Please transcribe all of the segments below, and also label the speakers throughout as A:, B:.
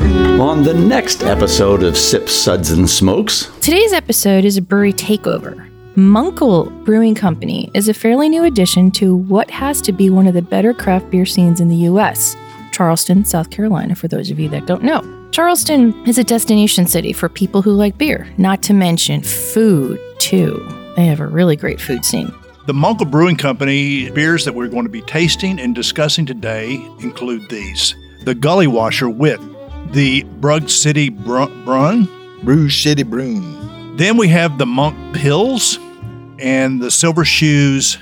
A: on the next episode of Sip Suds and Smokes.
B: Today's episode is a brewery takeover. Munkle Brewing Company is a fairly new addition to what has to be one of the better craft beer scenes in the US, Charleston, South Carolina, for those of you that don't know. Charleston is a destination city for people who like beer, not to mention food, too. They have a really great food scene.
C: The Munkle Brewing Company beers that we're going to be tasting and discussing today include these the Gully Washer with the Brug City Br- Brun.
D: Bruce City Broom.
C: Then we have the Monk Pills and the Silver Shoes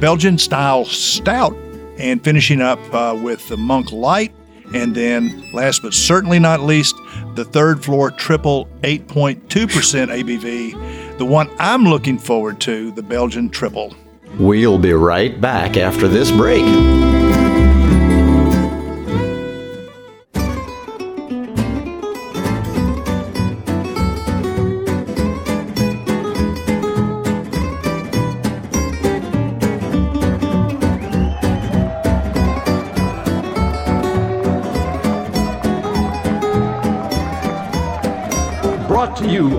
C: Belgian style stout, and finishing up uh, with the Monk Light. And then, last but certainly not least, the third floor triple 8.2% ABV, the one I'm looking forward to, the Belgian triple.
A: We'll be right back after this break.
E: Brought to you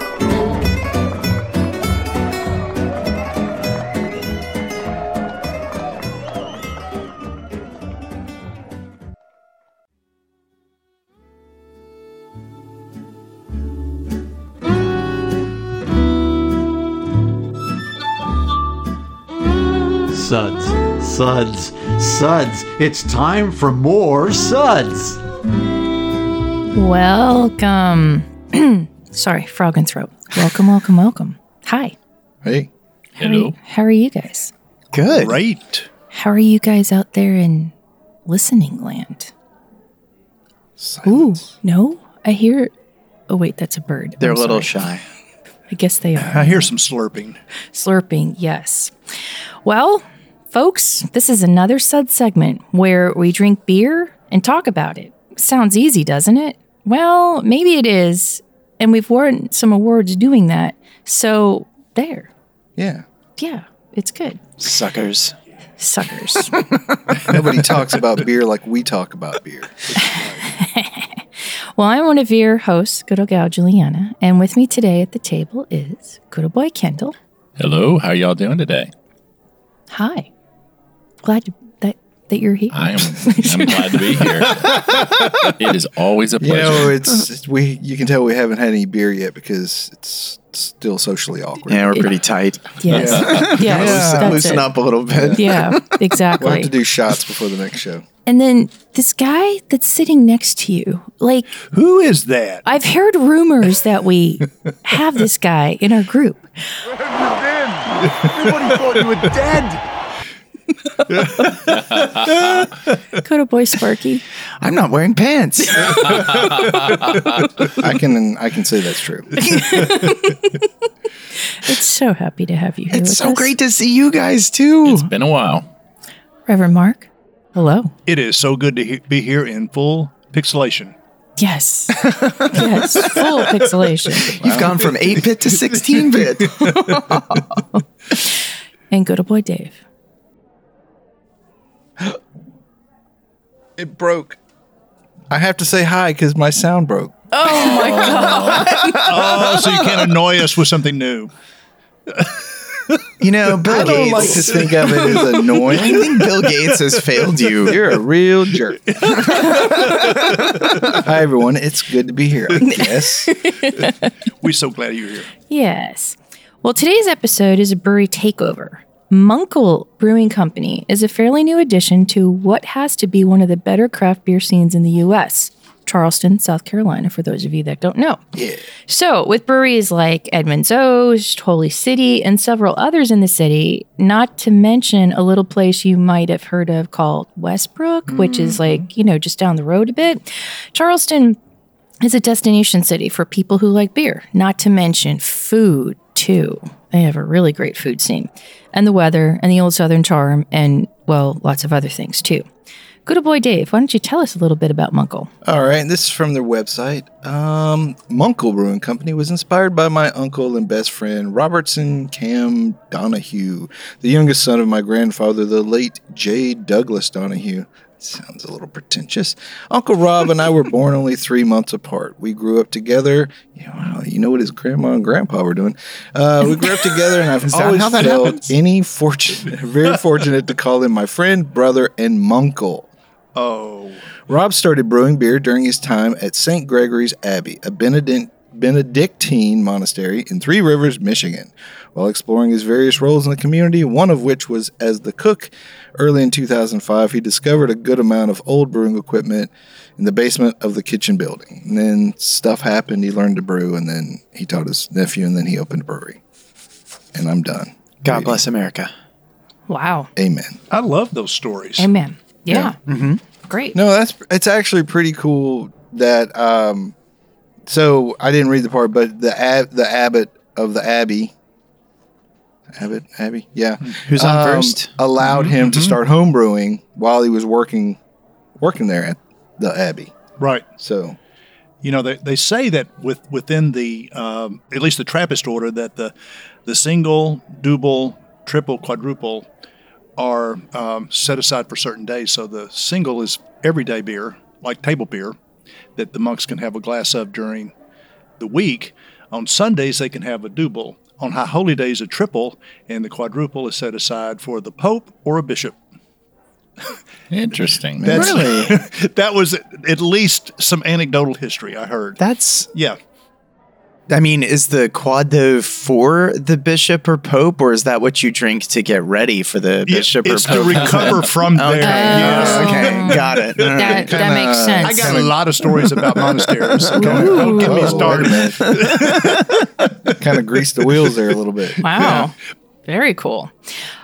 E: Suds, suds, suds. It's time for more suds.
B: Welcome. Sorry, frog and throat. Welcome, welcome, welcome. Hi.
D: Hey.
B: How Hello. Are you, how are you guys?
D: Good.
C: Great.
B: How are you guys out there in listening land? Ooh, no. I hear. Oh, wait, that's a bird.
F: They're
B: I'm
F: a little
B: sorry.
F: shy.
B: I guess they are.
C: I hear some slurping.
B: Slurping, yes. Well, folks, this is another sud segment where we drink beer and talk about it. Sounds easy, doesn't it? Well, maybe it is. And we've won some awards doing that. So there.
D: Yeah.
B: Yeah, it's good.
F: Suckers.
B: Suckers.
D: Nobody talks about beer like we talk about beer.
B: well, I'm one of your hosts, good old gal Juliana. And with me today at the table is good old boy Kendall.
G: Hello, how y'all doing today?
B: Hi. Glad to, that, that you're here.
G: I am I'm glad to be here. it is always a
D: You
G: pleasure.
D: know, it's, it's we. You can tell we haven't had any beer yet because it's still socially awkward.
F: Yeah, we're pretty tight.
B: Yes. Yes.
F: Loosen,
B: that's
F: loosen
B: it.
F: up a little bit.
B: Yeah, exactly.
D: We'll have to do shots before the next show.
B: And then this guy that's sitting next to you, like
C: Who is that?
B: I've heard rumors that we have this guy in our group. Where have you been? Everybody thought you were dead. Good old boy Sparky.
F: I'm not wearing pants.
D: I can. I can say that's true.
B: It's so happy to have you here.
F: it's
B: with
F: so
B: us.
F: great to see you guys too.
G: It's been a while.
B: Reverend Mark. Hello.
C: It is so good to he- be here in full pixelation.
B: Yes. yes. Full pixelation.
F: You've gone from 8 bit to 16 bit.
B: And good old boy Dave.
D: It broke. I have to say hi because my sound broke.
C: Oh, so you can't annoy us with something new.
F: You know, Bill
D: I don't like to
F: Gates.
D: think of it as
F: I
D: annoying.
F: think Bill Gates has failed you.
D: You're a real jerk. Hi everyone, it's good to be here. I guess.
C: We're so glad you're here.
B: Yes. Well, today's episode is a brewery takeover. Munkle Brewing Company is a fairly new addition to what has to be one of the better craft beer scenes in the US, Charleston, South Carolina, for those of you that don't know. Yeah. So, with breweries like Edmonds O's, Holy City, and several others in the city, not to mention a little place you might have heard of called Westbrook, which is like, you know, just down the road a bit, Charleston is a destination city for people who like beer, not to mention food, too. They have a really great food scene, and the weather, and the old Southern charm, and, well, lots of other things, too. Good old boy Dave, why don't you tell us a little bit about Munkle?
D: All right, this is from their website. Um, Munkle Brewing Company was inspired by my uncle and best friend Robertson Cam Donahue, the youngest son of my grandfather, the late J. Douglas Donahue. Sounds a little pretentious. Uncle Rob and I were born only three months apart. We grew up together. You know, wow, you know what his grandma and grandpa were doing. Uh, we grew up together, and I've
F: that
D: always
F: how that
D: felt
F: happens?
D: any fortunate, very fortunate to call him my friend, brother, and Munkle.
C: Oh,
D: Rob started brewing beer during his time at St. Gregory's Abbey, a Benedict, Benedictine monastery in Three Rivers, Michigan. While exploring his various roles in the community, one of which was as the cook, early in 2005, he discovered a good amount of old brewing equipment in the basement of the kitchen building. And then stuff happened, he learned to brew, and then he taught his nephew, and then he opened a brewery. And I'm done.
F: God bless America.
B: Wow.
D: Amen.
C: I love those stories.
B: Amen. Yeah. Great.
D: No, that's it's actually pretty cool that um so I didn't read the part but the ab, the abbot of the abbey abbot abbey yeah Um,
F: Who's on first? Mm-hmm.
D: allowed him to start homebrewing while he was working working there at the abbey.
C: Right.
D: So
C: You know, they, they say that with within the um, at least the Trappist order that the the single, double, triple, quadruple are um, set aside for certain days. So the single is everyday beer, like table beer, that the monks can have a glass of during the week. On Sundays, they can have a double. On High Holy Days, a triple, and the quadruple is set aside for the Pope or a bishop.
G: Interesting.
C: That's, that was at least some anecdotal history I heard.
F: That's
C: yeah.
F: I mean, is the quad though for the bishop or pope, or is that what you drink to get ready for the
C: Yeah,
F: bishop or
C: it's to
F: pope?
C: recover from there.
F: Okay,
C: Yes.
F: okay, got it. All
B: that,
F: right.
B: that makes sense.
C: I got a lot of stories about monasteries. Don't, don't get me started.
D: kind of greased the wheels there a little bit.
B: wow. Very cool.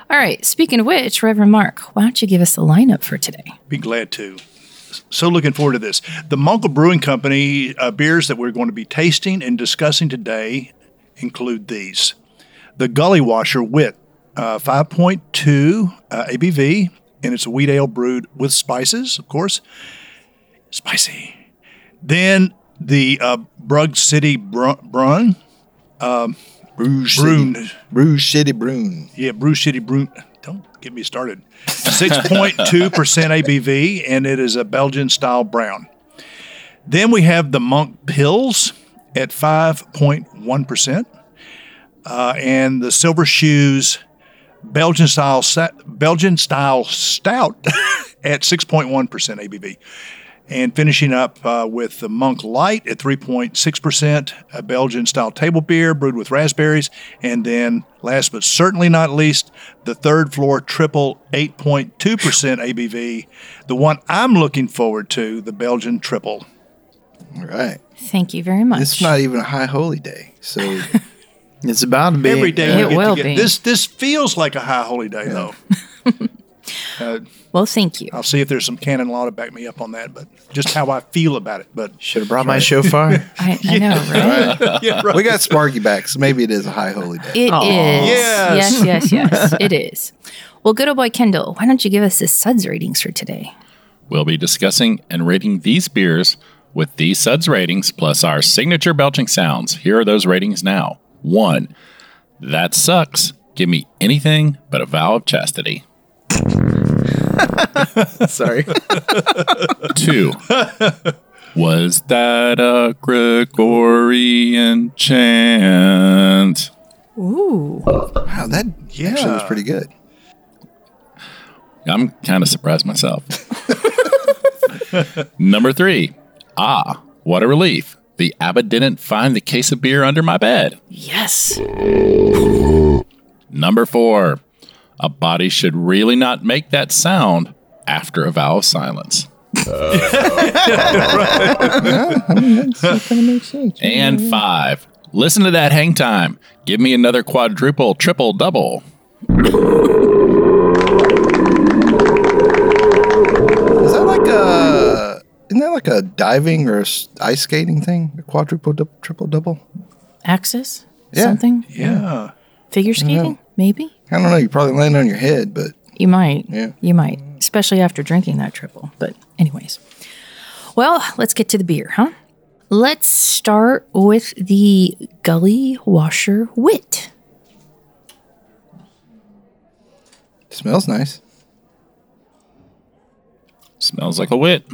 B: All right. Speaking of which, Reverend Mark, why don't you give us the lineup for today?
C: Be glad to. So looking forward to this. The Mongol Brewing Company uh, beers that we're going to be tasting and discussing today include these: the Gully Washer Wit, uh, 5.2 uh, ABV, and it's a wheat ale brewed with spices, of course. Spicy. Then the uh, Brug City Br- Brun,
D: Bruges City,
C: Brun,
D: Bruges City Brune.
C: Yeah, Brew City Brew. Don't get me started. 6.2% ABV, and it is a Belgian style brown. Then we have the Monk Pills at 5.1%, uh, and the Silver Shoes Belgian style sa- Belgian style stout at 6.1% ABV. And finishing up uh, with the Monk Light at 3.6%, a Belgian style table beer brewed with raspberries. And then, last but certainly not least, the third floor triple 8.2% ABV, the one I'm looking forward to, the Belgian triple.
D: All right.
B: Thank you very much.
D: It's not even a high holy day. So
F: It's about to be
C: Every day
B: It
C: we get
B: will
C: to
B: be.
C: get this. This feels like a high holy day, though.
B: well, thank you.
C: I'll see if there's some canon law to back me up on that, but just how I feel about it. But
F: Should have brought my shofar.
B: I, I know, right?
D: we got Sparky back, so maybe it is a high holy day.
B: It is.
C: Yes.
B: Yes, yes, yes. it is. Well, good old boy Kendall, why don't you give us the suds ratings for today?
G: We'll be discussing and rating these beers with these suds ratings plus our signature belching sounds. Here are those ratings now. One, that sucks. Give me anything but a vow of chastity.
F: Sorry.
G: Two, was that a Gregorian chant?
B: Ooh.
D: Wow, that actually was
C: Yeah.
D: pretty good.
G: I'm kind of surprised myself. Number three, ah, what a relief. The abbot didn't find the case of beer under my bed.
B: Yes.
G: Number four, a body should really not make that sound after a vow of silence. and five, listen to that hang time. Give me another quadruple, triple, double.
D: Is that like a? Isn't that like a diving or a s- ice skating thing? A quadruple, dou- triple, double?
B: Axis?
D: Yeah.
B: Something?
C: yeah.
B: Figure skating? Maybe?
D: I don't know. You probably land on your head, but
B: You might.
D: Yeah.
B: You might. especially after drinking that triple. But, anyways. Well, let's get to the beer, huh? Let's start with the Gully Washer Wit.
D: Smells nice.
G: Smells like a wit.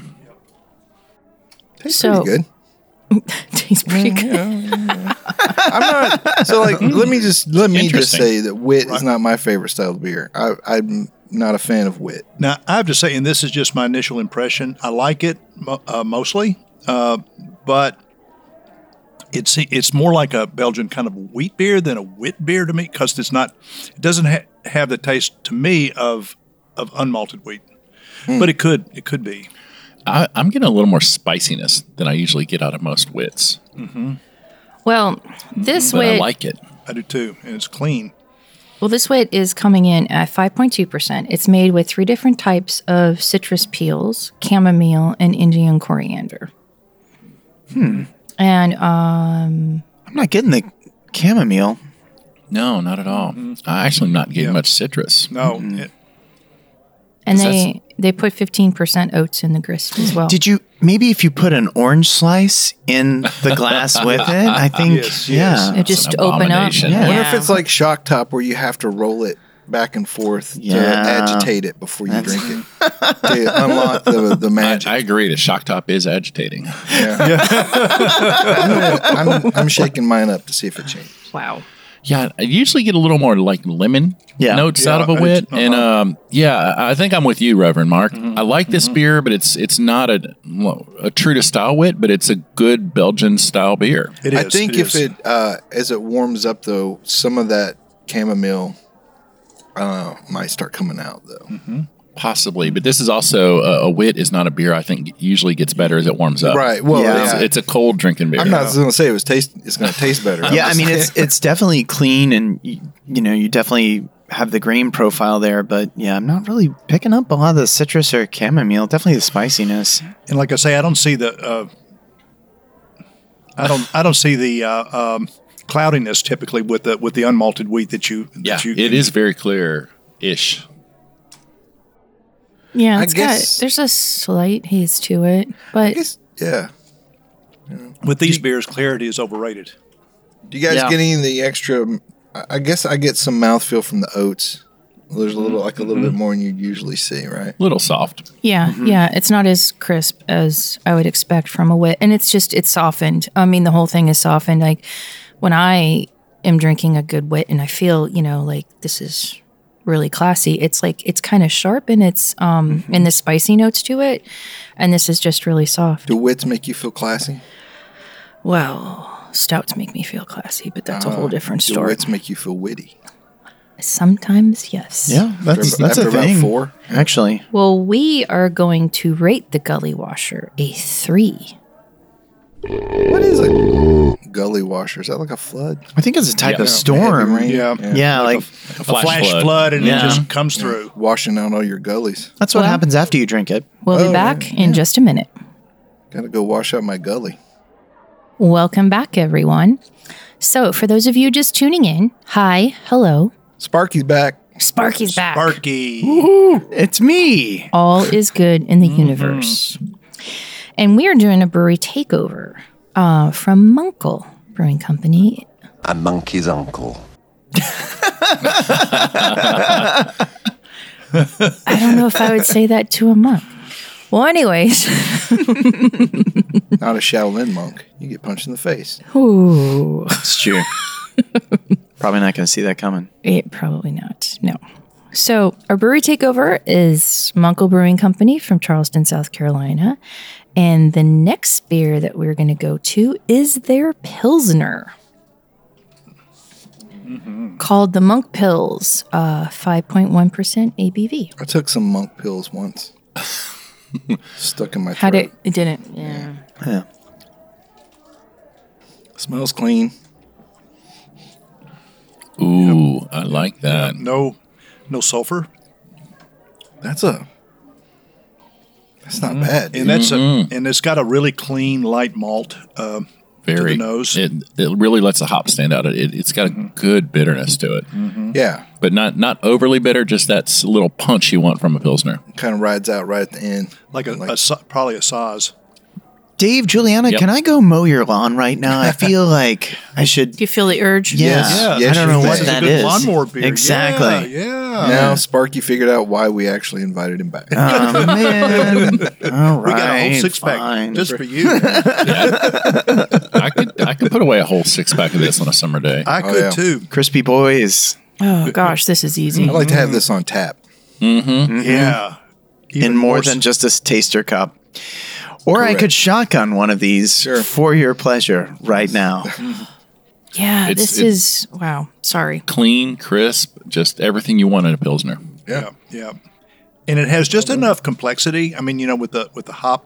D: Tastes
B: So-
D: pretty good.
B: Tastes pretty
D: Mm,
B: good.
D: So like, let me just let me just
G: Interesting.
D: say that wit is not my favorite style of beer. I, I'm not a fan of wit.
C: Now, I have to say, and this is just my initial impression, I like it mo- uh, mostly, uh, but it's it's more like a Belgian kind of wheat beer than a wit beer to me because it's not, it doesn't ha- have the taste to me of of unmalted wheat,
D: Hmm.
C: but it could it could be.
G: I, I'm getting a little more spiciness than I usually get out of most wits,
B: Well, this
G: but I
B: wit,
G: like it.
C: I do too, and it's clean.
B: well, this wit is coming in at 5.2%. It's made with three different types of citrus peels, chamomile, and Indian coriander. Hmm. And um,
F: I'm not getting the chamomile.
G: No, not at all. I actually am not getting much citrus.
C: No,
D: Hmm.
C: it-
B: and
G: Is that-
B: they they put 15% oats in the grist as well.
F: Did you maybe if you put an orange slice in the glass with it? I think
C: Yes,
F: yeah.
B: it just
G: an
B: open up.
G: abomination.
F: Yeah.
D: I wonder if it's like shock top where you have to roll it back and forth to
F: Yeah.
D: agitate it before you drink it to unlock the, the
G: I,
D: magic.
G: I agree. The shock top is agitating.
D: I'm, I'm shaking mine up to see if it changes.
B: wow.
G: Yeah, I usually get a little more like lemon
F: Yeah.
G: notes out of a
C: I do
G: wit,
C: too.
G: and um, yeah, I I think I'm with you, Reverend Mark. I like this beer, but it's it's not a well, a true to style wit, but it's a good Belgian style beer.
C: it is.
D: I think if
C: is.
D: it uh, as it warms up though, some of that chamomile uh, might start coming out though.
C: Mm-hmm.
G: Possibly, but this is also uh, a wit is not a beer. I think usually gets better as it warms up.
D: Right. Well,
F: Yeah.
D: yeah.
G: It's, it's a cold drinking beer.
D: I'm not going to say it was taste. It's going to taste better.
F: Yeah,
D: I'm
F: I
D: just
F: mean it's it's definitely clean and you, you know, you definitely have the grain profile there, but yeah, I'm not really picking up a lot of the citrus or chamomile, definitely the spiciness.
C: and like I say, I don't see the uh, I don't I don't see the uh, um, cloudiness typically with the with the unmalted wheat that you
G: Yeah,
C: that you
G: it is very clear ish.
B: Yeah,
D: I
B: it's
D: guess-
B: got there's a slight haze to it, but
D: It's- yeah.
C: with these beers clarity is overrated.
D: Do you guys
G: Yeah.
D: get any of the extra? I- I guess I get some mouthfeel from the oats. There's a little, like a little
C: Mm-hmm.
D: bit more than you usually see, right?
G: Little soft.
B: yeah,
D: Mm-hmm.
B: yeah, it's not as crisp as I would expect from a wit, and it's just it's softened. I mean, the whole thing is softened. Like when I am drinking a good wit, and I feel you know like this is really classy. It's like it's kind of sharp, and it's um
D: Mm-hmm.
B: and the spicy notes to it, and this is just really soft.
D: Do wits make you feel classy?
B: Well, stouts make me feel classy, but that's a whole different
D: Uh, Do
B: story.
D: wits make you feel witty?
B: Sometimes, yes.
F: Yeah, that's that's
D: after
F: a
D: about
F: thing.
D: four?
F: Actually.
B: Well, we are going to rate the Gully Washer a three.
D: What is a gully washer? Is that like a flood?
F: I think it's a type
G: Yeah.
F: of storm.
D: Heavy rain?
C: Yeah.
F: Yeah, like
G: A
C: Flash, flood, and it
G: Yeah.
C: just comes through.
D: Washing out all your gullies.
F: that's what
B: Well-
F: happens after you drink it.
B: We'll
D: Oh,
B: be back in just a minute.
D: Gotta go wash out my gully.
B: Welcome back, everyone. So, for those of you just tuning in, hi, hello,
D: Sparky's back.
B: Sparky's back.
C: Sparky.
F: It's me.
B: All is good in the universe. And we are doing a brewery takeover uh, from Munkle Brewing Company.
H: A monkey's uncle.
B: I don't know if I would say that to a monk. Well, anyways.
D: Not a Shaolin monk. You get punched in the face.
B: Ooh.
F: It's true. Probably not going to see that coming.
B: It probably not. No. So our brewery takeover is Monkle Brewing Company from Charleston, South Carolina, and the next beer that we're going to go to is their pilsner, called the Monk Pills, uh, five point one percent ABV.
D: I took some monk pills once. Stuck in my throat.
B: Had it? It didn't. Yeah.
F: Yeah.
D: Smells clean.
G: Ooh, I like that.
C: No no sulfur.
D: That's a. That's not bad. dude.
C: Mm-hmm. And
F: Mm-hmm.
C: that's a and it's got a really clean light malt. Um
G: Very
C: nose.
G: It, it really lets the hop stand out. It, it's got a good bitterness to it,
D: Yeah,
G: but not not overly bitter. Just that s- little punch you want from a pilsner.
D: kind of rides out right at the end.
C: like a, a sa- probably a size.
F: Dave, Juliana,
G: Yep.
F: can I go mow your lawn right now? I feel like I should.
B: Do you feel the urge?
F: Yeah,
D: Yes.
F: I
D: Yes,
F: don't
D: you
F: know
D: may.
F: what
D: This is a
F: that
C: good
F: is.
C: lawnmower beer.
F: Exactly.
C: Yeah. yeah.
D: Now Sparky figured out why we actually invited him back.
C: Ah.
F: Oh, man. All right.
C: We got a whole six
F: fine.
C: pack just for you.
G: I could I could put away a whole six pack of this on a summer day.
C: I
D: Oh,
C: could
D: yeah.
C: too.
F: Crispy boys
B: Oh gosh, this is easy.
D: I'd like to have this on tap.
C: Yeah. Even
F: in Mm-hmm. more
C: s-
F: than just a s- taster cup. Or I
D: Correct.
F: could shotgun one of these for your pleasure right now.
B: Yeah,
G: Mm-hmm. It's-
B: this is wow. Sorry.
G: Clean, crisp, just everything you want in a pilsner.
C: Yeah. Yeah. And it has just enough complexity. I mean, you know, with the with the hop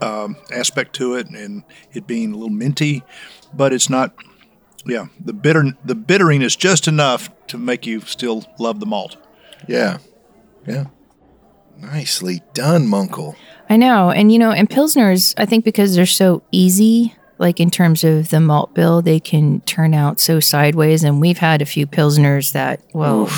C: um, aspect to it and it being a little minty, but it's not yeah, the bitter the bittering is just enough to make you still love the malt.
D: Yeah, yeah. Nicely done, Munkle.
B: I know, and you know, and pilsners, I think because they're so easy, like in terms of the malt bill, they can turn out so sideways. And we've had a few pilsners that well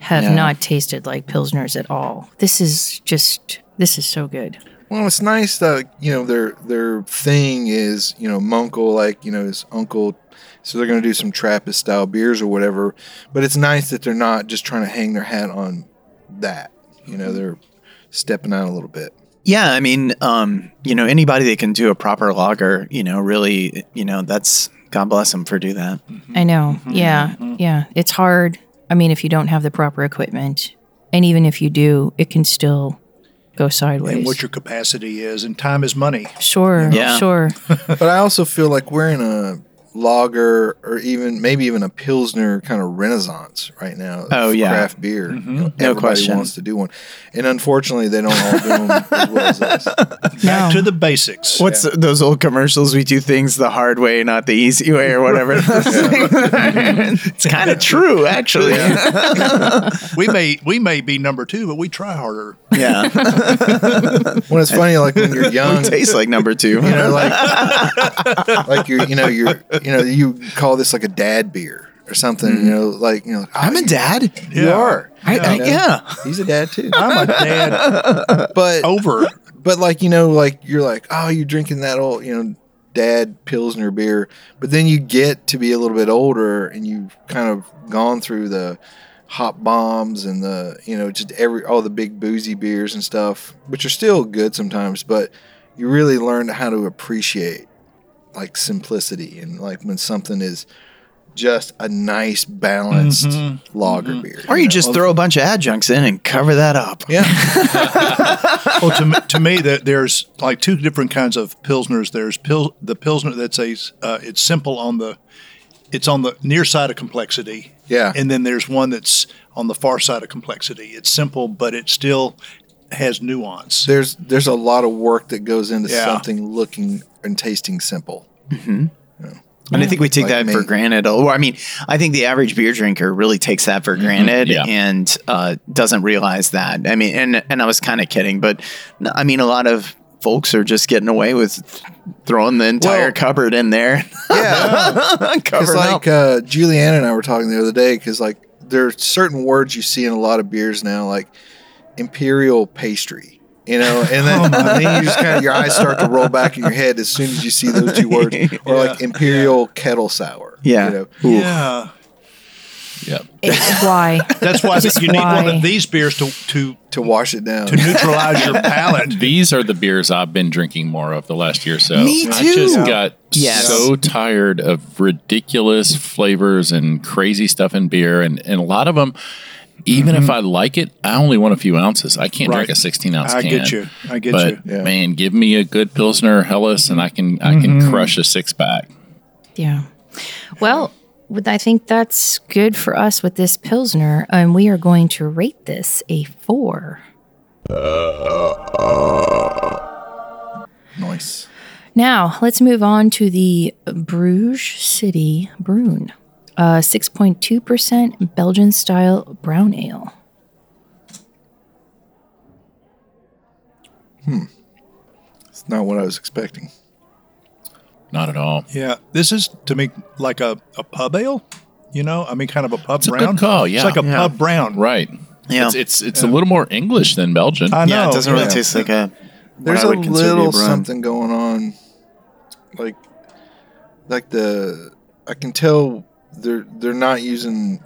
B: have not tasted like pilsners at all. This is just this is so good.
D: Well, it's nice that you know their their thing is you know Munkle like you know his uncle, so they're going to do some Trappist style beers or whatever. But it's nice that they're not just trying to hang their hat on that. You
F: Mm-hmm.
D: know, they're stepping out a little bit.
F: Yeah, I mean, um, you know, anybody that can do a proper lager, you know, really, you know, that's God bless them for do that.
B: I know. Yeah. Yeah. It's hard. I mean, if you don't have the proper equipment, and even if you do, it can still go sideways.
C: And what your capacity is and time is money.
B: sure.
F: Yeah.
B: Sure.
D: But I also feel like we're in a lager or even maybe even a pilsner kind of renaissance right now. of
F: Oh, yeah.
D: craft beer. You know,
F: No
D: everybody
F: question.
D: wants to do one, and unfortunately, they don't all do them as well as us.
C: Back to the basics.
F: What's those old commercials? We do things the hard way, not the easy way, or whatever. it's kind of true, actually. Yeah.
C: we may we may be number two, but we try harder.
D: Well, it's funny, like when you're young,
F: Tastes like number two.
D: you know, like like you you know you're you know you call this like a dad beer or something. You know, like you know,
F: Mm-hmm. I'm a dad.
D: You are.
F: I, I,
D: know.
F: yeah.
D: He's a dad too.
C: I'm a dad
F: Oh,
D: But
C: over.
D: but like you know, like you're like, oh, you're drinking that old, you know, dad pilsner beer. But then you get to be a little bit older, and you've kind of gone through the hop bombs and the you know just every all the big boozy beers and stuff, which are still good sometimes. But you really learn how to appreciate like simplicity and like when something is just a nice balanced lager beer.
F: Or you just throw a bunch of adjuncts in and cover that up.
D: yeah,
C: Well, to, me- to me, that there's like two different kinds of pilsners. There's pil, the pilsner that's a uh, it's simple on the it's on the near side of complexity.
D: Yeah.
C: and then there's one that's on the far side of complexity. It's simple, but it still has nuance.
D: there's there's a lot of work that goes into
C: Yeah.
D: something looking and tasting simple.
F: And I think we take
D: Like
F: that
D: me.
F: for granted. Well, I mean, I think the average beer drinker really takes that
C: Mm-hmm.
F: for granted
G: yeah.
F: and uh, doesn't realize that. I mean, and and I was kind of kidding, but no, I mean, a lot of folks are just getting away with throwing the entire
D: Well-
F: cupboard in there,
D: Yeah, it's
F: covering
D: like
F: up.
D: uh, Juliana and I were talking the other day because like there are certain words you see in a lot of beers now, like imperial pastry. You know, and
C: Oh,
D: then, and then you just kind of your eyes start to roll back in your head as soon as you see those two words, or like imperial kettle sour.
F: Yeah.
D: you know?
C: yeah,
G: Yep.
B: It's why?
C: that's why
B: Just
C: you need one
B: why?
C: of these beers to to
D: to wash it down.
C: to neutralize your palate.
G: These are the beers I've been drinking more of the last year or so.
F: Me
G: I
F: too.
G: just got
F: Yes.
G: so tired of ridiculous flavors and crazy stuff in beer, and, and a lot of them. Even if I like it, I only want a few ounces. I can't drink
C: Mm-hmm. Right.
G: a sixteen ounce
C: I
G: can.
C: get you. I get
G: but
C: you.
D: Yeah.
G: man, give me a good pilsner Hellas, and I can I can
C: Mm-hmm.
G: crush a six pack.
B: Yeah. Well, with- I think that's good for us with this pilsner, and we are going to rate this a four.
D: nice.
B: Now let's move on to the Bruges City Brune, uh, six point two percent Belgian style brown ale.
D: It's not what I was expecting.
G: Not at all.
C: Yeah, this is to me like a, a pub ale. You know, I mean, kind of a pub
G: It's a good
C: brown.
G: call, yeah.
C: it's like a
F: Yeah.
C: pub brown.
G: Right.
F: Yeah.
G: It's it's, it's a little more English than Belgian.
C: I know.
F: yeah, it doesn't really
C: yeah.
F: taste like a. what
D: There's
F: I
D: a
F: would consider to be
D: little
F: brewing.
D: something going on, like, like the I can tell they're they're not using,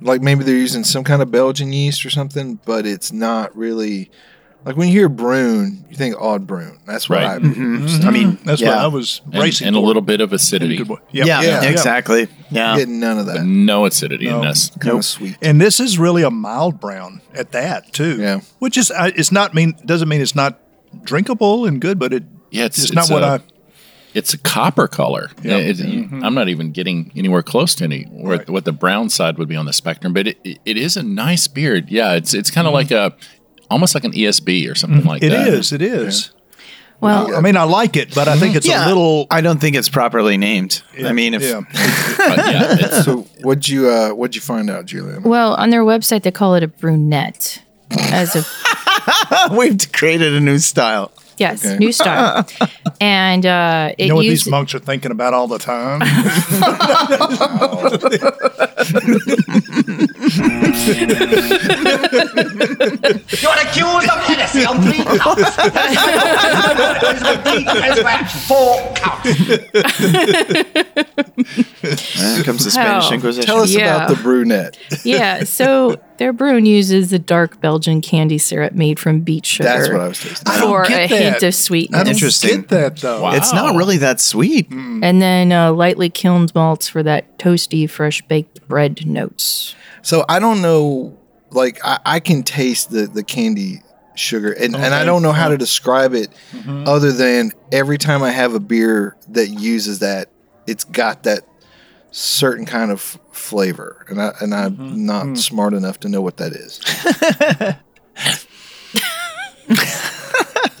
D: like maybe they're using some kind of Belgian yeast or something, but it's not really, like when you hear Bruin, you think odd Bruin. That's what
G: Right.
D: I
F: Mhm. I mean,
C: Mm-hmm. That's
F: yeah.
C: what I was
G: and,
C: racing
G: and a
C: for.
G: little bit of acidity.
C: Good boy. Yep.
F: Yeah,
D: yeah.
F: exactly. Yeah.
D: getting none of that. Kind
G: No acidity in
C: No.
G: this.
D: of sweet.
C: And this is really a mild brown at that too.
D: Yeah.
C: which is I- it's not mean doesn't mean it's not drinkable and good, but it
G: Yeah, it's,
C: it's, not what
G: a,
C: I
G: It's a copper color. Eh,
C: Yeah.
G: It- it- I'm not even getting anywhere close to any or
C: Mm-hmm. Right.
G: what the brown side would be on the spectrum, but it, it- it is a nice beard. Yeah, it's it's kind of like a almost like an ESB or something like
C: Mm-hmm. It
G: that.
C: is. It is.
B: Well,
C: I mean, I like it, but I think it's
F: Yeah,
C: a little.
F: I don't think it's properly named. Mm-hmm. I mean, if
C: yeah.
G: But yeah, it's-
D: So what'd you uh what'd you find out, Julian?
B: well, on their website they call it a brunette as a
F: we've created a new style.
B: yes new style, and uh, it
C: you know what
B: used-
C: these monks are thinking about all the time?
I: You're accused of heresy on three counts. There's a big resurrection, four counts.
F: There comes the Spanish
B: Hell.
F: Inquisition.
D: Tell us
B: Yeah.
D: about the brunette.
B: yeah. So their brewing uses the dark Belgian candy syrup made from beet sugar.
D: That's what I was tasting.
C: don't
B: for
C: get
B: a
C: that.
B: hint of
C: I don't
B: sweetness,
F: Interesting.
C: get that Hmm. though.
F: It's not really that sweet.
B: and then uh, lightly kilned malts for that toasty, fresh baked bread notes.
D: So I don't know. Like I, I can taste the the candy sugar, and, and I
C: Okay.
D: don't know how to describe it, other than every time I have a beer that uses that, it's got that certain kind of f- flavor, and I and I'm not smart enough to know what that is.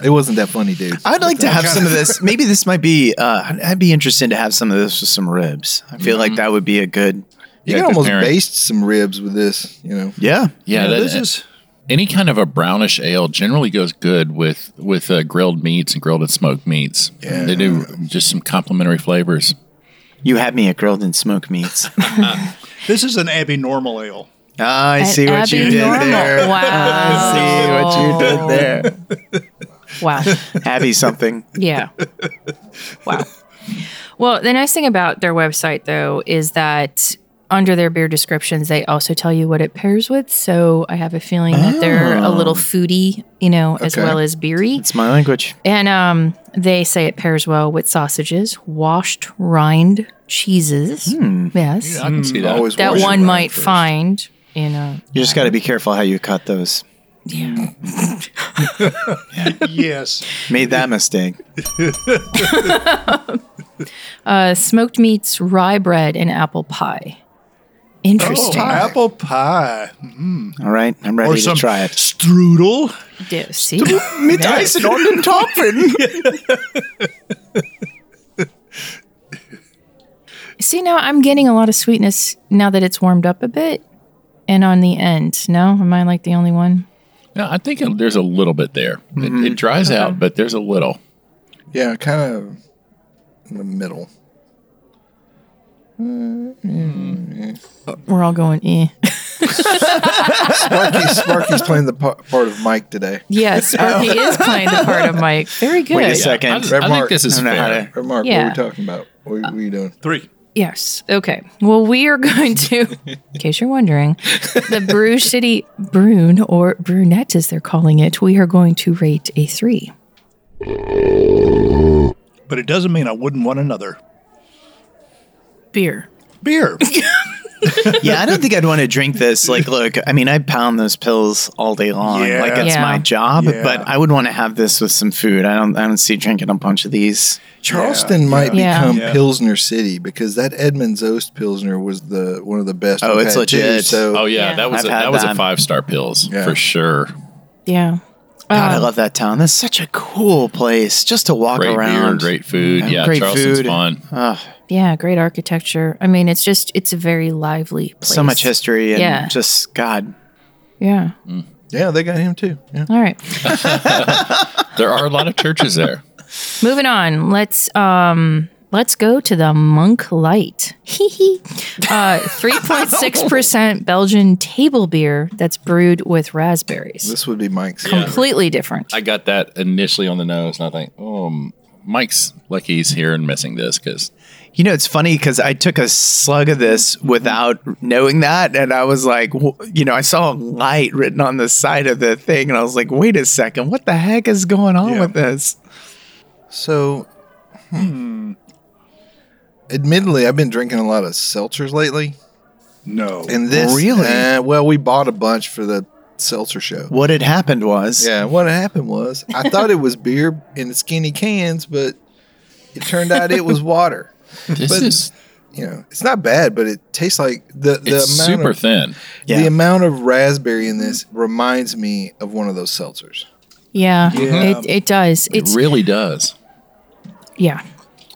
D: it wasn't that funny, dude.
F: I'd like to have some of this. Maybe this might be. Uh, I'd- I'd be interested to have some of this with some ribs. I feel
C: Mm-hmm.
F: like that would be a good.
D: you
G: Yeah,
D: can
G: good
D: almost
G: pairing.
D: baste some ribs with this, you know.
F: Yeah.
G: Yeah, that- eh,
C: this is
G: any kind of a brownish ale generally goes good with with uh, grilled meats and grilled and smoked meats. Yeah. They do just some complementary flavors.
F: You had me at grilled and smoked meats.
C: this is an Abbey normal ale.
F: Ah, I see what you
B: Abbey
F: did
B: Normal.
F: there.
B: Wow.
F: See what you did there.
B: Wow.
F: Abby something.
B: Yeah. wow. Well, the nice thing about their website, though, is that under their beer descriptions, they also tell you what it pairs with. So I have a feeling that they're a little foodie, you know, as
D: Ah. Okay.
B: well as beery.
F: It's my language.
B: And um, they say it pairs well with sausages, washed rind cheeses. Yes.
G: I can
C: Mm-hmm.
G: see that.
D: Always
B: that
D: wash your
B: one
D: mouth
B: might
D: first.
B: find in uh, a.
F: You just got to be careful how you cut those.
C: yes.
F: Made that mistake.
B: Uh, smoked meats, rye bread, and apple pie.
C: Oh,
B: Interesting.
C: apple pie
F: All right, I'm
C: or
F: ready to
C: some
F: try it.
C: strudel.
B: Yeah, See?
F: Mit Eisen on den Topfen.
B: See, now I'm getting a lot of sweetness now that it's warmed up a bit and on the end. No? Am I like the only one?
G: No, I think it, there's a little bit there. It,
C: Mm-hmm.
G: it dries out, but there's a little.
D: Yeah, kind of in the middle.
B: We're all going, eh.
D: Sparky, Sparky's playing the pa- part of Mike today.
B: Yes, Sparky is playing the part of Mike. Very good.
F: Wait a
G: I,
F: second.
G: I think
D: Mark,
G: this is
F: I don't know how
G: fair.
F: to-
D: Or Mark,
B: Yeah.
D: what are we talking about? What, what are you doing?
C: Three.
B: Yes. Okay. Well, we are going to, in case you're wondering, the Brew City Brune or Brunette, as they're calling it, we are going to rate a three.
C: But it doesn't mean I wouldn't want another
B: Beer.
C: beer.
F: Yeah, I don't think I'd want to drink this. Like, look, I mean, I pound those pills all day long.
C: Yeah.
F: Like, it's
B: Yeah.
F: my job.
C: Yeah.
F: But I would want to have this with some food. I don't. I don't see drinking a bunch of these.
D: Charleston might
B: Yeah.
D: become
C: Yeah.
D: Pilsner City because that Edmunds Oast Pilsner was the one of the best.
F: Oh,
D: we've
F: it's
D: had,
F: legit.
D: so
G: Oh yeah,
B: Yeah.
G: that was
F: I've
G: a,
F: had
G: that was a
F: that.
G: five star pills
D: Yeah.
G: for sure.
B: Yeah. Uh,
F: God,
B: Oh.
F: I love that town. That's such a cool place just to walk
G: Great beer,
F: around.
G: great food.
F: Yeah,
G: Yeah,
F: great
G: Charleston's
F: food.
G: fun.
F: Ugh,
B: Yeah. Great architecture. I mean, it's just, it's a very lively place.
F: so much history Mm. and
B: Yeah.
F: just God.
B: Yeah.
D: yeah, they got him too. Yeah.
B: All right.
G: There are a lot of churches there.
B: Moving on. Let's um let's go to the Monk Light. Hee hee. Uh 3.6% Belgian table beer that's brewed with raspberries.
D: This would be Mike's.
B: Completely different.
G: I got that initially on the nose, and I think, oh, m- Mike's lucky he's here and missing this because
F: You know, it's funny because I took a slug of this without knowing that. And I was like, wh- you know, I saw light written on the side of the thing. And I was like, wait a second, what the heck is going on
C: Yeah.
F: with this?
D: So, hmm. admittedly, I've been drinking a lot of seltzers lately,
C: No.
D: and this
F: Really?
D: uh, well, we bought a bunch for the seltzer show.
F: What had happened was
D: Yeah, what happened was I thought it was beer in skinny cans, but it turned out it was water.
G: this
D: But-
G: is
D: You know, it's not bad, but it tastes like the the
G: it's
D: amount
G: super
D: of,
G: thin.
F: Yeah.
D: the amount of raspberry in this reminds me of one of those seltzers.
B: yeah, It it does. It's
G: it really does.
B: yeah.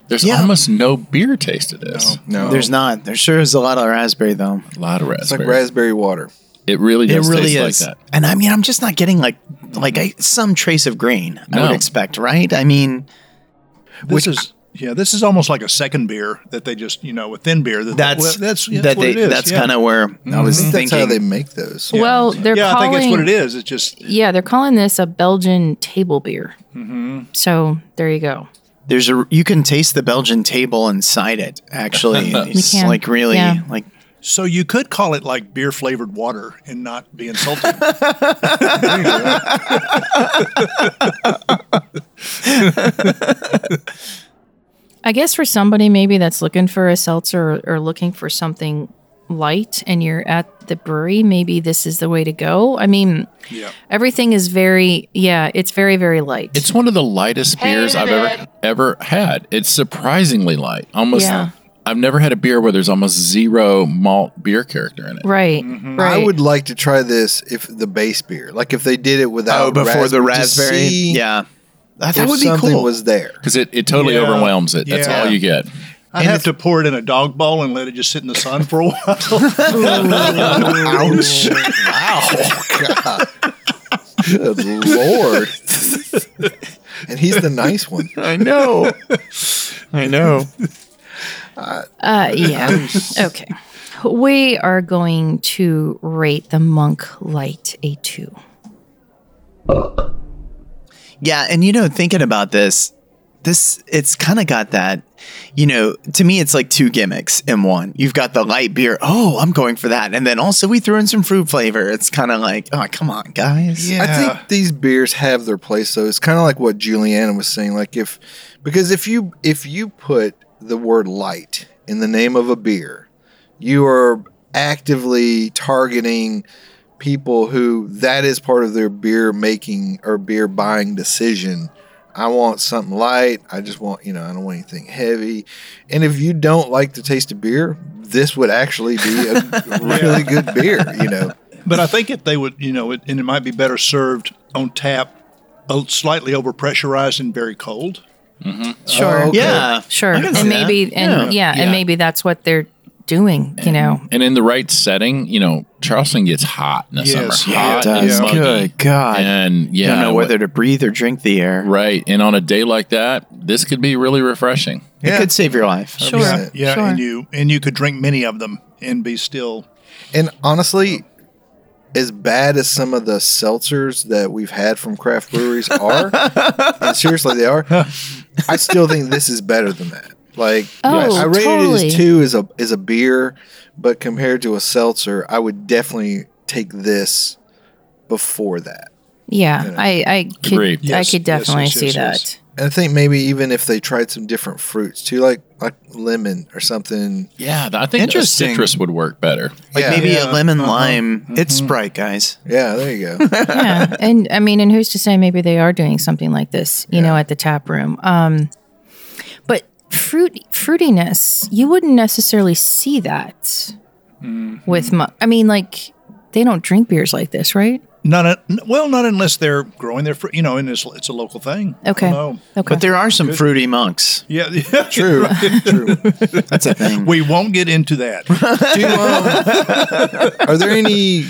G: There's
F: Yeah.
G: almost no beer taste to this.
D: No,
F: there's not. There sure is a lot of raspberry, though.
G: A lot of
D: it's like
G: raspberry.
D: raspberry water.
G: it really
F: It
G: does
F: really
G: taste
F: is.
G: like that.
F: And I mean, I'm just not getting like like I, some trace of grain I
G: No.
F: would expect, right? I mean,
C: This is yeah. This is almost like a second beer that they just you know a thin beer that
F: that's
C: well, that's that's
F: that
C: what
F: they,
C: it is.
F: that's
C: yeah.
F: kind of where
D: I think
F: I was
D: that's
F: Mm-hmm. thinking.
D: how they make those.
B: Well, they're
C: yeah. I
B: calling
C: think that's what it is. It's just
B: Yeah, they're calling this a Belgian table beer.
C: Mm-hmm.
B: So there you go.
F: There's a you can taste the Belgian table inside it. Actually, it's
B: can,
F: like really
B: yeah.
F: like
C: so you could call it like beer flavored water and not be insulting.
B: I guess for somebody maybe that's looking for a seltzer or, or looking for something light and you're at the brewery, maybe this is the way to go. I mean,
C: yeah.
B: everything is very, yeah, it's very, very light.
G: It's one of the lightest beers I've ever ever had. It's surprisingly light. Almost
B: Yeah.
G: I've never had a beer where there's almost zero malt beer character in it.
B: right.
C: Mm-hmm.
B: Right.
D: I would like to try this if the base beer, like if they did it without
F: oh before the
D: rasp- to
F: raspberry.
D: see
F: Yeah, that,
D: if
F: that would be
D: something
F: cool.
D: was there.
G: Because it, it totally
C: Yeah.
G: overwhelms it. That's
C: Yeah.
G: all you get.
C: I'd have to pour it in a dog bowl and let it just sit in the sun for a while.
D: Ouch! wow! Oh, God. Good lord! and he's the nice one.
F: I know. I know.
B: Uh, yeah. okay. We are going to rate the Monk Light a two.
F: Yeah, and you know, thinking about this, this it's kind of got that, you know, to me it's like two gimmicks in one. You've got the light beer, oh, I'm going for that. And then also we threw in some fruit flavor. It's kind of like, oh, come on, guys.
D: I
C: Yeah.
D: think these beers have their place though. It's kind of like what Juliana was saying. Like if because if you if you put the word light in the name of a beer, you are actively targeting people who that is part of their beer making or beer buying decision. I want something light. I just want, you know, I don't want anything heavy. And if you don't like the taste of beer, this would actually be a really good beer, you know.
C: But I think if they would, you know, it, and it might be better served on tap, uh, slightly over pressurized and very cold.
B: Sure.
D: Oh, okay.
F: Yeah.
B: Sure.
F: I can
B: And
F: see that.
B: maybe, and yeah,
G: Yeah.
B: and maybe that's what they're doing, you know.
G: And in the right setting, you know, Charleston gets hot in the
C: Yes.
G: summer.
C: Yeah, it
G: Hot and
C: does.
G: muggy.
F: Good God.
G: And
F: I
G: yeah.
F: don't know whether to breathe or drink the air.
G: Right. And on a day like that, this could be really refreshing.
F: It could save your life.
B: Sure.
D: Yeah.
C: Yeah,
B: Sure.
C: and you and you could drink many of them and be still.
D: And honestly, as bad as some of the seltzers that we've had from craft breweries are, and seriously they are, I still think this is better than that. Like
B: Oh,
D: I rated it
B: totally.
D: as two as a as a beer, but compared to a seltzer, I would definitely take this before that.
B: Yeah, I, I could,
G: Agreed.
B: I
C: Yes,
B: could
C: yes,
B: definitely
C: yes,
B: see
C: yes,
B: that.
C: yes.
D: And I think maybe even if they tried some different fruits too, like like lemon or something.
G: Yeah. I think a
F: Interesting.
G: citrus would work better.
F: Like
D: yeah,
F: maybe
C: Yeah.
F: a lemon lime. It's Sprite, guys.
D: yeah, there you go.
B: yeah, and I mean, and who's to say maybe they are doing something like this, you know, at the tap room. Um, but fruit fruitiness, you wouldn't necessarily see that
G: Mm-hmm.
B: with. Mu- I mean, like they don't drink beers like this, right?
C: Not a, n- well, not unless they're growing their, fr- you know, and it's it's a local thing. I
B: Okay.
C: don't know.
B: Okay.
F: But there are some fruity monks.
C: Yeah, yeah.
D: True. True.
F: That's a thing.
C: We won't get into that.
D: Do, um, are there any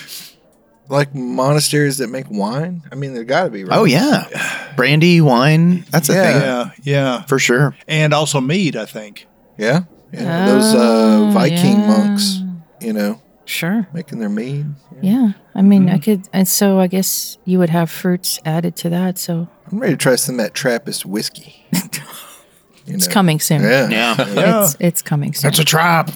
D: like monasteries that make wine? I mean, there got to be. Right?
F: oh yeah. brandy, wine. That's a
D: Yeah.
F: thing
C: Yeah, yeah.
F: for sure.
C: And also mead, I think.
D: Yeah. yeah. Those uh, Viking
B: Oh, yeah.
D: monks, you know,
B: Sure.
D: making their mead.
B: Yeah. I mean,
G: Mm-hmm.
B: I could. And so I guess you would have fruits added to that. So
D: I'm ready to try some of that Trappist whiskey. You
B: it's
D: know.
B: coming soon.
D: Yeah.
F: Yeah.
B: It's, it's coming soon.
D: a trap.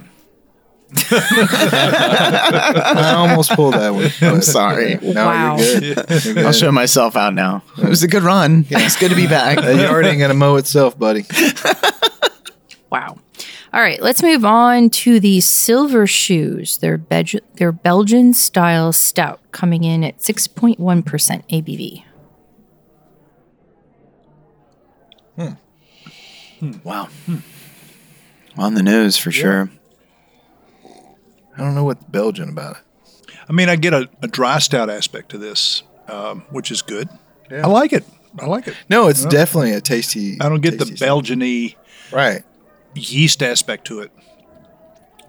D: I almost pulled that one. I'm
F: sorry.
D: No,
B: Wow.
D: you're good. You're good.
F: I'll show myself out now. It was a good run. It's good to be back.
D: The yard ain't gonna mow itself, buddy.
B: Wow. All right, let's move on to the Silver Shoes. They're, Beg- they're Belgian style stout coming in at 6.1% ABV.
F: Wow. On the nose for sure.
D: I don't know what's Belgian about it.
C: I mean, I get a, a dry stout aspect to this, um, which is good. I like it. I like it.
D: No, it's definitely a tasty.
C: I don't get the
D: tasty
C: Belgian y
D: stuff. Right.
C: yeast aspect to it,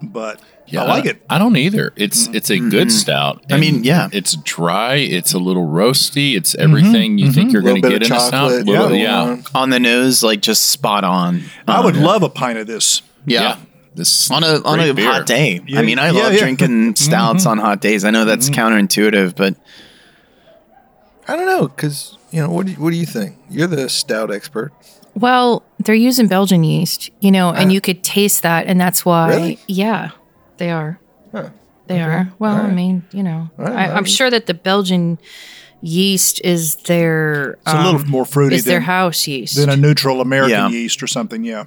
C: but
G: Yeah,
C: I like it.
G: I don't either. It's
D: Mm-hmm.
G: it's a good stout.
F: Mm-hmm. I mean,
G: and
F: yeah. Mm-hmm.
G: it's dry. It's a little roasty. It's everything you think you're going to
D: little
G: get
D: bit
G: in
D: of
G: a stout.
D: chocolate,
G: Little-
D: little
G: yeah,
D: one.
F: On the nose, like just spot on.
C: I
F: Um,
C: would love a pint of this.
F: Yeah.
G: yeah. This
F: On a on
G: great
F: a
G: beer.
F: hot day.
C: Yeah,
F: I mean, I
C: yeah,
F: love
C: yeah. Mm-hmm.
F: drinking stouts on hot days. I know that's counterintuitive, but
D: I don't know, cause you know what? Do you, what do you think? You're the stout expert.
B: Well, they're using Belgian yeast, you know, and you could taste that, and that's why.
D: Really?
B: Yeah, they are. They are. Well, I mean, you know,
D: right,
B: I, I'm sure that the Belgian yeast is their. um,
C: It's a little more fruity
B: Is their
C: than,
B: house yeast.
C: than a neutral American
F: Yeah.
C: yeast or something. Yeah.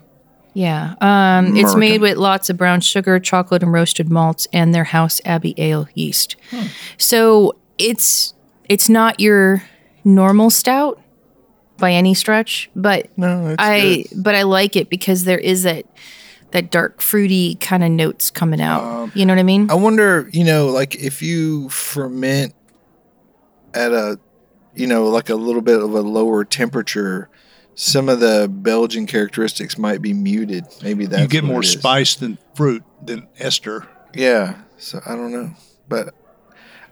B: Yeah. Um, it's made
F: Merkin.
B: with lots of brown sugar, chocolate, and roasted malts, and their house Abbey ale yeast.
D: Hmm.
B: So it's it's not your normal stout by any stretch, but
D: No, it's
B: I but I like it because there is that that dark fruity kind of notes coming out. you know what I mean?
D: Um, I wonder, you know, like if you ferment at a, you know, like a little bit of a lower temperature, some of the Belgian characteristics might be muted. Maybe that's
C: you get
D: what
C: more
D: it is.
C: spice than fruit than ester.
D: Yeah. So I don't know, but um,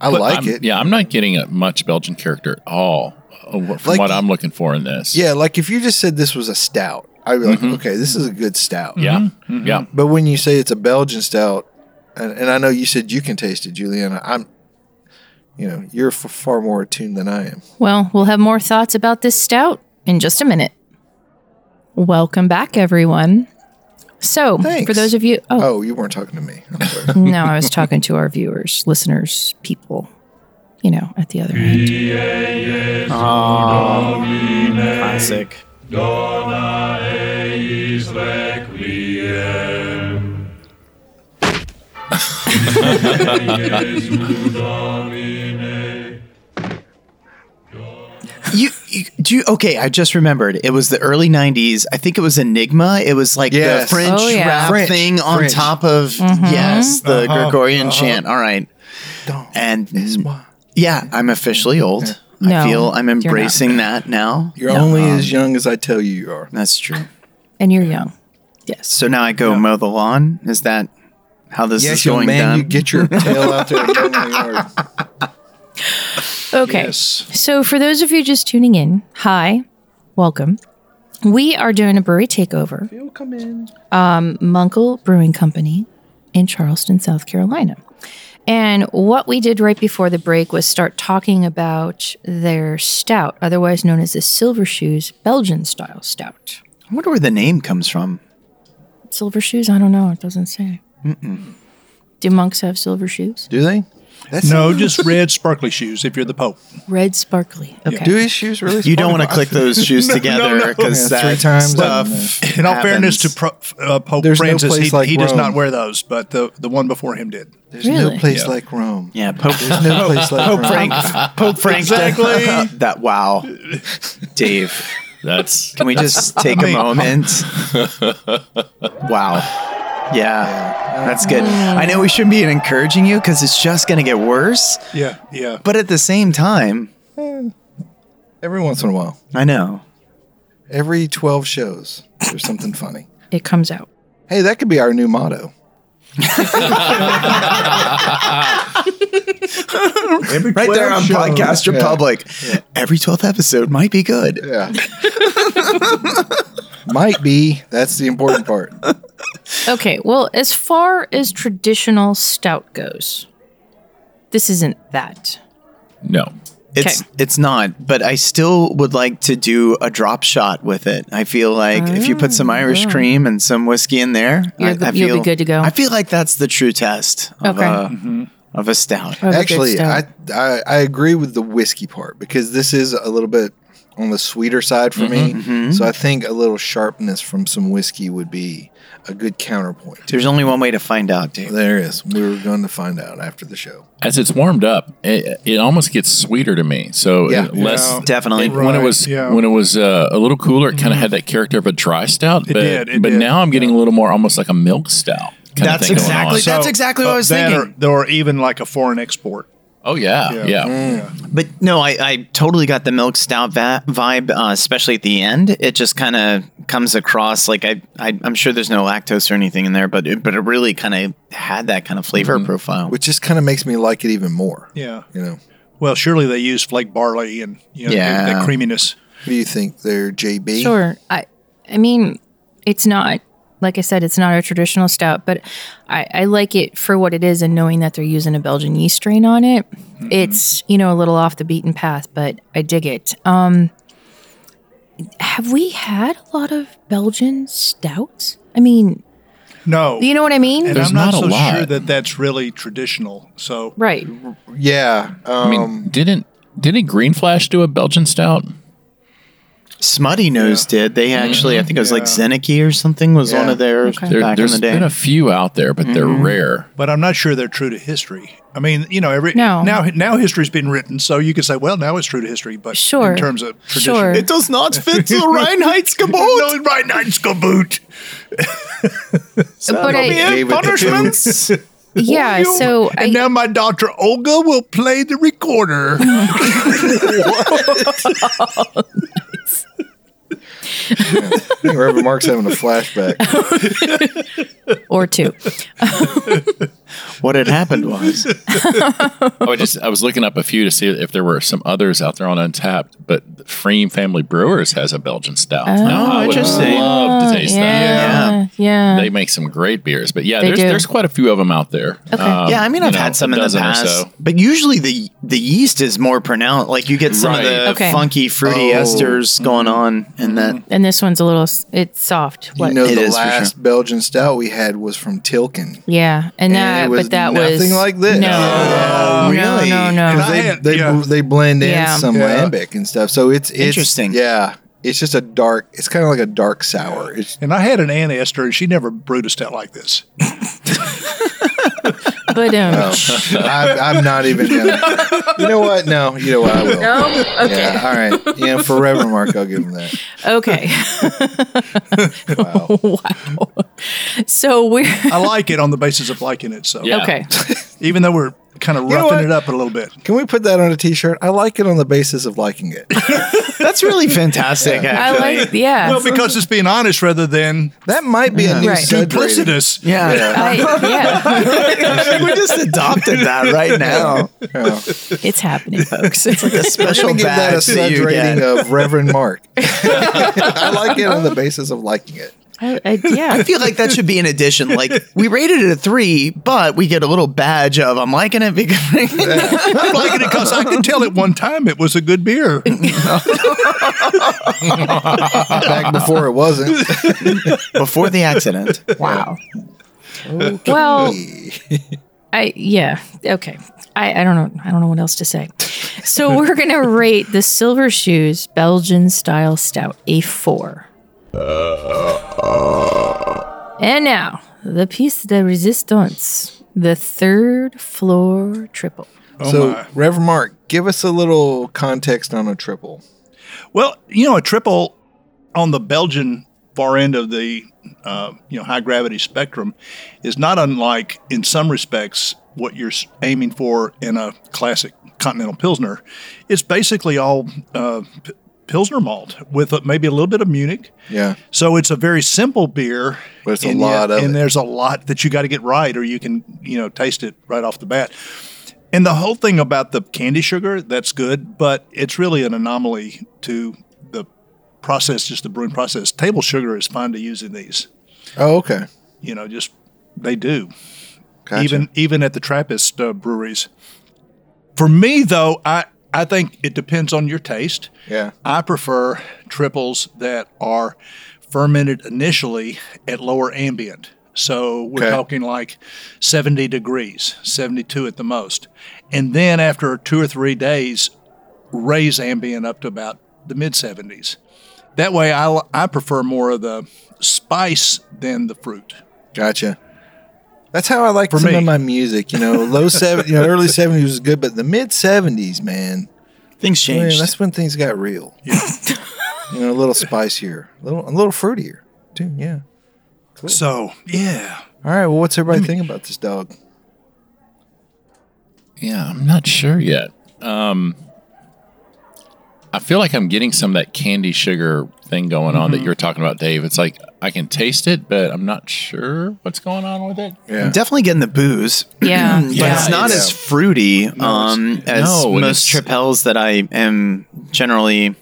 D: I
G: But
D: like
G: I'm-
D: it.
G: Yeah, I'm not getting a much Belgian character at all uh, from
D: Like-
G: what I'm looking for in this.
D: Yeah, like if you just said this was a stout, I'd be like, okay, this is a good stout.
G: Yeah.
F: Mm-hmm.
G: Yeah.
D: But when you say it's a Belgian stout, and, and I know you said you can taste it, Juliana, I'm, you know, you're f- far more attuned than I am.
B: Well, we'll have more thoughts about this stout in just a minute. Welcome back, everyone. So, for
D: Thanks.
B: those of you, oh,
D: Oh, you weren't talking to me. I'm sorry.
B: no, I was talking to our viewers, listeners, people, you know, at the other end.
F: classic. You, you do you, okay? I just remembered. It was the early '90s. I think it was Enigma. It was like
D: Yes.
F: the French
B: Oh, yeah. Mm-hmm.
F: rap
D: French,
F: thing on
D: French. Uh-huh.
F: top of yes, the Gregorian chant. All right, and yeah, I'm officially old.
B: No,
F: I feel I'm
B: you're not.
F: embracing that now.
D: You're only as young as I tell you you are.
F: That's true.
B: And you're young. Yes.
F: So now I go mow the lawn. Is that how this is
D: Yes, young
F: going
D: man,
F: down?
D: you get your tail out there. and go in the yard.
B: Okay.
C: Yes.
B: So, for those of you just tuning in, hi, welcome. We are doing a brewery takeover. Feel come in. Um, Munkle Brewing Company in Charleston, South Carolina. And what we did right before the break was start talking about their stout, otherwise known as the Silver Shoes Belgian style stout.
F: I wonder where the name comes from.
B: Silver shoes? I don't know. It doesn't say. Do monks have silver shoes?
D: Do they? That's
C: No, just red sparkly shoes if you're the Pope.
B: Red sparkly. Okay.
D: Do his shoes really?
F: You don't want to
D: sparkle?
F: click those shoes together because
D: Yeah, three
F: that
D: times
F: stuff.
D: and-
C: In all fairness to
F: happens.
C: Pro, uh, Pope
D: There's no
C: Francis,
D: place
C: he,
D: like
C: he does not
D: Rome.
C: wear those, but the, the one before him did.
D: There's
B: Really?
D: no place
G: Yeah.
D: like Rome.
F: yeah, Pope,
D: There's no place like
B: Uh,
D: Rome.
F: Frank, Pope Frank,
C: Exactly.
F: that wow, Dave.
G: That's
F: Can we just take a moment? Wow. Yeah, that's good. I know we shouldn't be encouraging you because it's just going to get worse.
C: Yeah, yeah.
F: But at the same time,
D: Every once in a while,
F: I know.
D: every 12 shows, there's something funny.
B: It comes out.
D: Hey, that could be our new motto.
J: Every
F: Right there
J: 12
F: on
J: shows.
F: Podcast Republic. Every 12th episode might be good.
D: Yeah. Might be. That's the important part.
B: Okay, well, as far as traditional stout goes, this isn't that.
G: No.
F: It's
B: Okay.
F: it's not, but I still would like to do a drop shot with it. I feel like if you put some Irish cream and some whiskey in there, I,
B: Ah, You're go-
F: I
B: you'll be
F: feel-
B: good to go.
F: I feel like that's the true test of
B: Okay.
F: a of a stout.
B: of a good
D: Actually,
B: stout.
D: I, I I agree with the whiskey part because this is a little bit on the sweeter side for me. So I think a little sharpness from some whiskey would be a good counterpoint.
F: There's only one way to find out, Dave.
D: There is. We were going to find out after the show.
G: As it's warmed up, it, it almost gets sweeter to me. So
D: Yeah.
G: it- less
C: Yeah.
F: Definitely.
G: it- when it was
C: yeah.
G: when it was uh, a little cooler, it kind
F: Mm-hmm.
G: of had that character of a dry stout. But,
C: did, it
G: but
C: did.
G: now I'm getting a little more almost like a milk stout. Kind
F: That's
G: Going
F: exactly-
G: on.
F: That's exactly what I was
C: that
F: thinking.
C: Or, or even like a foreign export.
G: Oh yeah, yeah.
F: Mm. But no, I, I totally got the milk stout va- vibe, uh, especially at the end. It just kind of comes across like I, I I'm sure there's no lactose or anything in there, but it, but it really kind of had that kind of flavor
B: Mm-hmm.
F: profile.
D: Which just kind of makes me like it even more.
C: Yeah.
D: You know.
C: Well, surely they use flake barley and you know,
F: Yeah.
C: that creaminess.
D: What do you think there, JB?
B: Sure. I I mean, it's not like I said, it's not a traditional stout, but I, I like it for what it is and knowing that they're using a Belgian yeast strain on it.
C: Mm-hmm.
B: It's, you know, a little off the beaten path, but I dig it. Um have we had a lot of Belgian stouts? I mean,
C: No.
B: you know what I mean?
C: and
G: There's
C: I'm not,
G: not a
C: so
G: lot.
C: sure that that's really traditional. So
B: right.
D: Yeah. Um,
G: I mean, didn't didn't Green Flash do a Belgian stout?
F: Smutty Nose did. They actually, I think it was like Zenicky or something was one
D: Yeah.
F: of their
B: Mm-hmm. Okay.
G: There,
F: back in
G: has
F: the day. Mm-hmm.
G: been a few out there, but they're rare.
C: but I'm not sure they're true to history. I mean, you know, every
B: No.
C: now now history's been written, so you could say, well, now it's true to history, but
B: Sure.
C: in terms of tradition,
B: Sure.
F: it does not fit the Reinheit's
C: no,
F: kaboot.
C: it's right now it's kaboot.
B: but I,
D: Gave it the
F: Punishments.
B: yeah,
C: You-
B: so
C: and
B: I,
C: now my daughter Olga will play the recorder.
D: I think Reverend Mark's having a flashback.
B: or two.
F: what had happened was
G: Oh, I just I was looking up a few to see if there were some others out there on Untapped, but the Freem Family Brewers has a Belgian stout. Oh, I would
F: interesting.
G: love to taste that.
B: Uh, Yeah. Yeah.
G: They make some great beers, but yeah,
B: They
G: there's
B: do.
G: there's quite a few of them out there. Um,
B: Okay.
F: yeah, I mean,
G: you
F: I've
G: know,
F: had some
G: a
F: in the
G: dozen or
F: past,
G: so.
F: but usually the the yeast is more pronounced. Like you get some
G: Right.
F: of the
B: Okay.
F: funky, fruity
D: Oh.
F: esters going on, and that
B: and this one's a little s- it's soft. What?
D: you know,
F: It
D: the
F: is for
D: last Belgian stout we had was from Tilken.
B: Yeah, and
D: And
B: that,
D: it was
B: but that
D: nothing
B: was
D: like this.
B: No,
D: Oh,
B: no,
F: really?
B: no, no.
D: 'Cause
C: I
D: they
C: had-
D: they,
C: yeah.
D: they blend in
B: Yeah.
D: some
C: Yeah.
D: lambic and stuff. So it's, it's
F: Interesting.
D: Yeah, it's just a dark. It's kind of like a dark sour. It's
C: and I had an Aunt Esther, and she never brewed a stout like this.
B: But um,
D: I'm, I'm not even. Gonna, you know what? No, you know what? I will.
B: Oh, okay,
D: Yeah, all right. Yeah, for Reverend Mark, I'll give him that.
B: okay. wow. So we're
C: I like it on the basis of liking it. So
G: Yeah.
B: okay.
C: even though we're kind of
D: know
C: roughing
D: what?
C: it up a little bit.
D: Can we put that on a T-shirt? I like it on the basis of liking it.
F: that's really fantastic.
B: I
F: Actually,
B: like yeah.
C: Well, because it's being honest rather than
D: That might be a new
B: Right.
D: sub rating.
C: duplicitous.
F: yeah,
B: I, yeah,
F: we just adopted that right now.
D: Yeah.
B: it's happening, folks.
F: A special
D: Give that a
F: badge that
D: suds
F: you
D: rating
F: get.
D: of Reverend Mark. I like it on the basis of liking it.
B: I, I, yeah,
F: I feel like that should be an addition. Like we rated it a three, but we get a little badge of I'm liking it because
C: I'm liking it because I could tell at one time it was a good beer.
D: Back before it wasn't.
F: before the accident.
B: wow. Well, I yeah okay. I, I don't know. I don't know what else to say. So we're gonna rate the Silver Shoes Belgian Style Stout a four. And now the piece de resistance, the third floor triple.
D: so,
C: Oh my.
D: Reverend Mark, give us a little context on a triple.
C: Well, you know, a triple on the Belgian far end of the uh, you know high gravity spectrum is not unlike, in some respects, what you're s- aiming for in a classic continental pilsner. It's basically all uh, p- pilsner malt with a, maybe a little bit of Munich.
D: Yeah.
C: So it's a very simple beer.
D: But it's a
C: and
D: lot of
C: and
D: it.
C: there's a lot that you got to get right, or you can you know taste it right off the bat. And the whole thing about the candy sugar, that's good, but it's really an anomaly to the process, just the brewing process. Table sugar is fine to use in these.
D: Oh, okay.
C: You know, just they do.
D: Gotcha.
C: Even even at the Trappist uh, breweries. For me though, I I think it depends on your taste.
D: Yeah.
C: I prefer triples that are fermented initially at lower ambient. So we're
D: Okay.
C: talking like 70 degrees, 72 at the most. And then after two or three days, raise ambient up to about the mid 70s. That way, I, I prefer more of the spice than the fruit.
D: Gotcha. That's how I like
C: For
D: some
C: me.
D: of my music. You know, low seven, you know, early seventies was good, but the mid seventies, man,
F: Things
D: man,
F: changed.
D: that's when things got real. you know, a little spicier, a little, a little fruitier, too. Yeah.
C: So, yeah.
D: All right. Well, what's
C: Mm.
D: everybody think about this dog?
G: Yeah, I'm not sure yet. Um, I feel like I'm getting some of that candy sugar thing going on that
D: Mm-hmm.
G: you're talking about, Dave. It's like I can taste it, but I'm not sure what's going on with it.
D: Yeah.
F: I'm definitely getting the booze.
B: Yeah.
F: Mm, but
G: Yeah,
F: it's not
G: it's-
F: as fruity um, as
G: No, and it's-
F: most tripels that I am generally.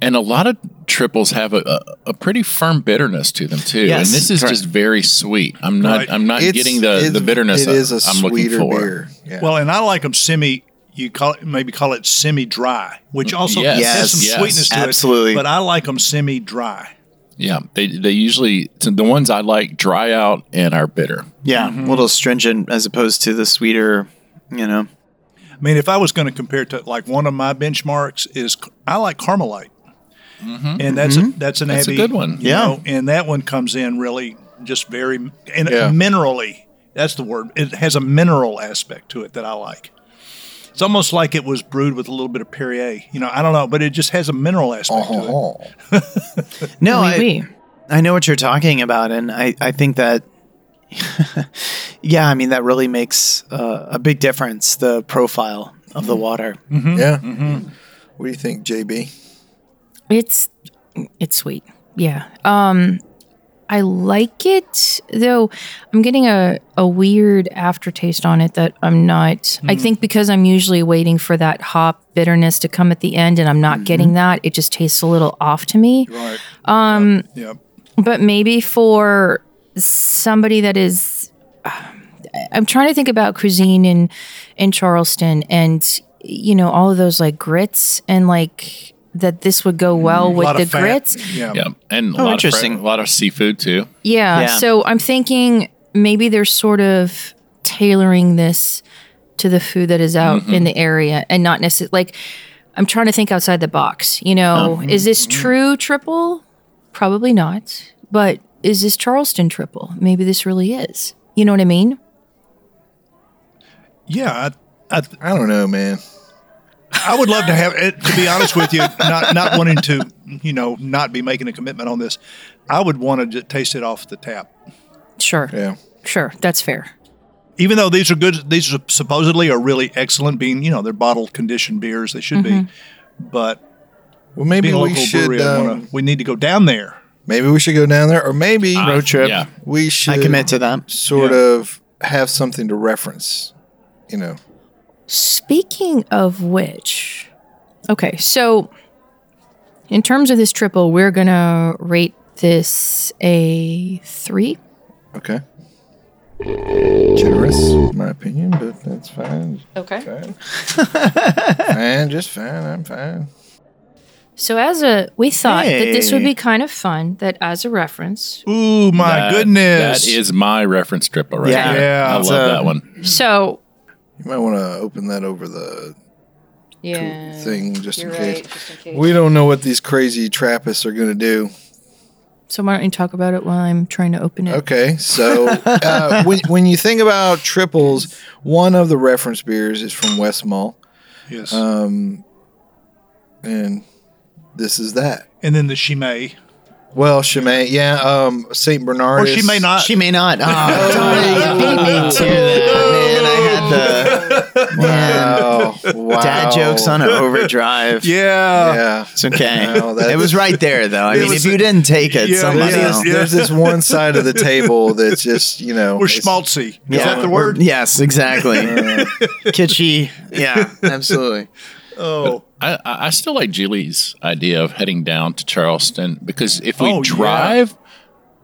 G: And a lot of triples have a, a, a pretty firm bitterness to them too.
F: Yes,
G: and this is
F: correct.
G: just very sweet. I'm not.
C: Right.
G: I'm not
D: It's-
G: getting the,
D: it's-
G: the bitterness.
D: It is a
G: I'm
D: sweeter
G: looking for.
D: beer. Yeah.
C: Well, and I like them semi. You call it maybe call it semi dry, which also
G: Yes,
C: has some
G: yes,
C: sweetness to
F: absolutely.
C: it. But I like them semi dry.
G: Yeah, they they usually so the ones I like dry out and are bitter.
F: Yeah, a little stringent as opposed to the sweeter, you know.
C: I mean, if I was going to compare to like one of my benchmarks is c- I like Carmelite, and that's a, that's an
G: Mm-hmm. That's a
C: Abbey,
G: good one.
C: you
F: Mm-hmm. Yeah.
C: know, and that one comes in really just very and
D: Yeah.
C: minerally. That's the word. It has a mineral aspect to it that I like. It's almost like it was brewed with a little bit of Perrier. You know, I don't know, but it just has a mineral aspect to
F: Uh-huh.
C: it.
D: Oh,
F: No,
B: Oui,
F: I,
B: oui.
F: I know what you're talking about, and I, I think that, yeah, I mean, that really makes uh, a big difference the profile of
B: Mm-hmm.
F: the water.
D: yeah.
C: mm-hmm.
D: What do you think, JB?
B: It's it's sweet. Yeah. Um I like it though I'm getting a, a weird aftertaste on it that I'm not I
C: Hmm.
B: think because I'm usually waiting for that hop bitterness to come at the end and I'm not getting that, it just tastes a little off to me.
C: Mm-hmm. Right. Um. Yeah.
B: But maybe for somebody that is I'm trying to think about cuisine in in Charleston and you know, all of those like grits and like that this would go well with
C: Mm. lot
B: the
C: of fat.
B: grits.
C: Yeah.
G: Yeah, and a
F: Oh,
G: lot
F: interesting.
G: Of, fre- a lot of seafood too.
B: Yeah,
F: Yeah.
B: So I'm thinking maybe they're sort of tailoring this to the food that is out in the area and not necessarily like I'm trying to think outside the box. You know, is this true triple? Probably not. But is this Charleston triple? Maybe this really is. You know what I mean?
C: Yeah. I, I,
D: I don't know, man.
C: I would love to have it. To be honest with you, not not wanting to, you know, not be making a commitment on this, I would want to just taste it off the tap.
B: Sure.
D: Yeah.
B: Sure. That's fair.
C: Even though these are good, these are supposedly are really excellent, being you know they're bottled conditioned beers, they should be. But
D: Well, maybe
C: being a
D: we
C: local
D: should.
C: brewery, I wanna,
D: Um,
C: we need to go down there.
D: maybe we should go down there, or maybe
F: Road trip.
G: Yeah,
D: we should.
F: I commit to that.
D: Sort of have something to reference. You know.
B: Speaking of which, okay, so in terms of this triple, we're gonna rate this a three.
D: Okay. Generous, in my opinion, but that's fine.
B: Okay.
D: Fine. fine, just fine. I'm fine.
B: So as a we thought that this would
F: Hey.
B: be kind of fun that as a reference.
C: Ooh, my
G: That-
C: goodness!
G: that is my reference triple right
F: Yeah.
G: there.
C: Yeah.
G: I
C: It's
G: love
F: a-
G: that one.
B: So
D: You might want to open that over the
B: yeah.
D: thing just in, case. We don't know what these crazy Trappists are going to do.
B: So why don't you talk about it while I'm trying to open it?
D: Okay, so uh, when, when you think about triples, one of the reference beers is from West Mall,
C: yes.
D: and this is that.
C: and then the Shimei,
D: Well, she may, yeah, um, St. Bernard.
C: or she
F: Uh,
C: may not.
F: Ah, She may not. Oh, darn it, you beat me to that. Man, I had the.
D: Wow. wow.
F: Dad jokes on an overdrive.
C: Yeah.
D: Yeah.
F: It's okay.
D: No, that-
F: it was right there, though. I
C: It
F: mean,
C: was-
F: if you didn't take it,
C: Yeah,
F: somebody
C: yeah,
F: else.
D: There's, there's this one side of the table that's just, you know.
C: We're
D: it's-
C: schmaltzy.
F: Yeah.
C: Is that the
F: We're-
C: word?
F: Yes, exactly. Kitschy. Yeah, absolutely.
C: Oh,
G: I, I I still like Julie's idea of heading down to Charleston because if we
C: Oh, yeah.
G: drive,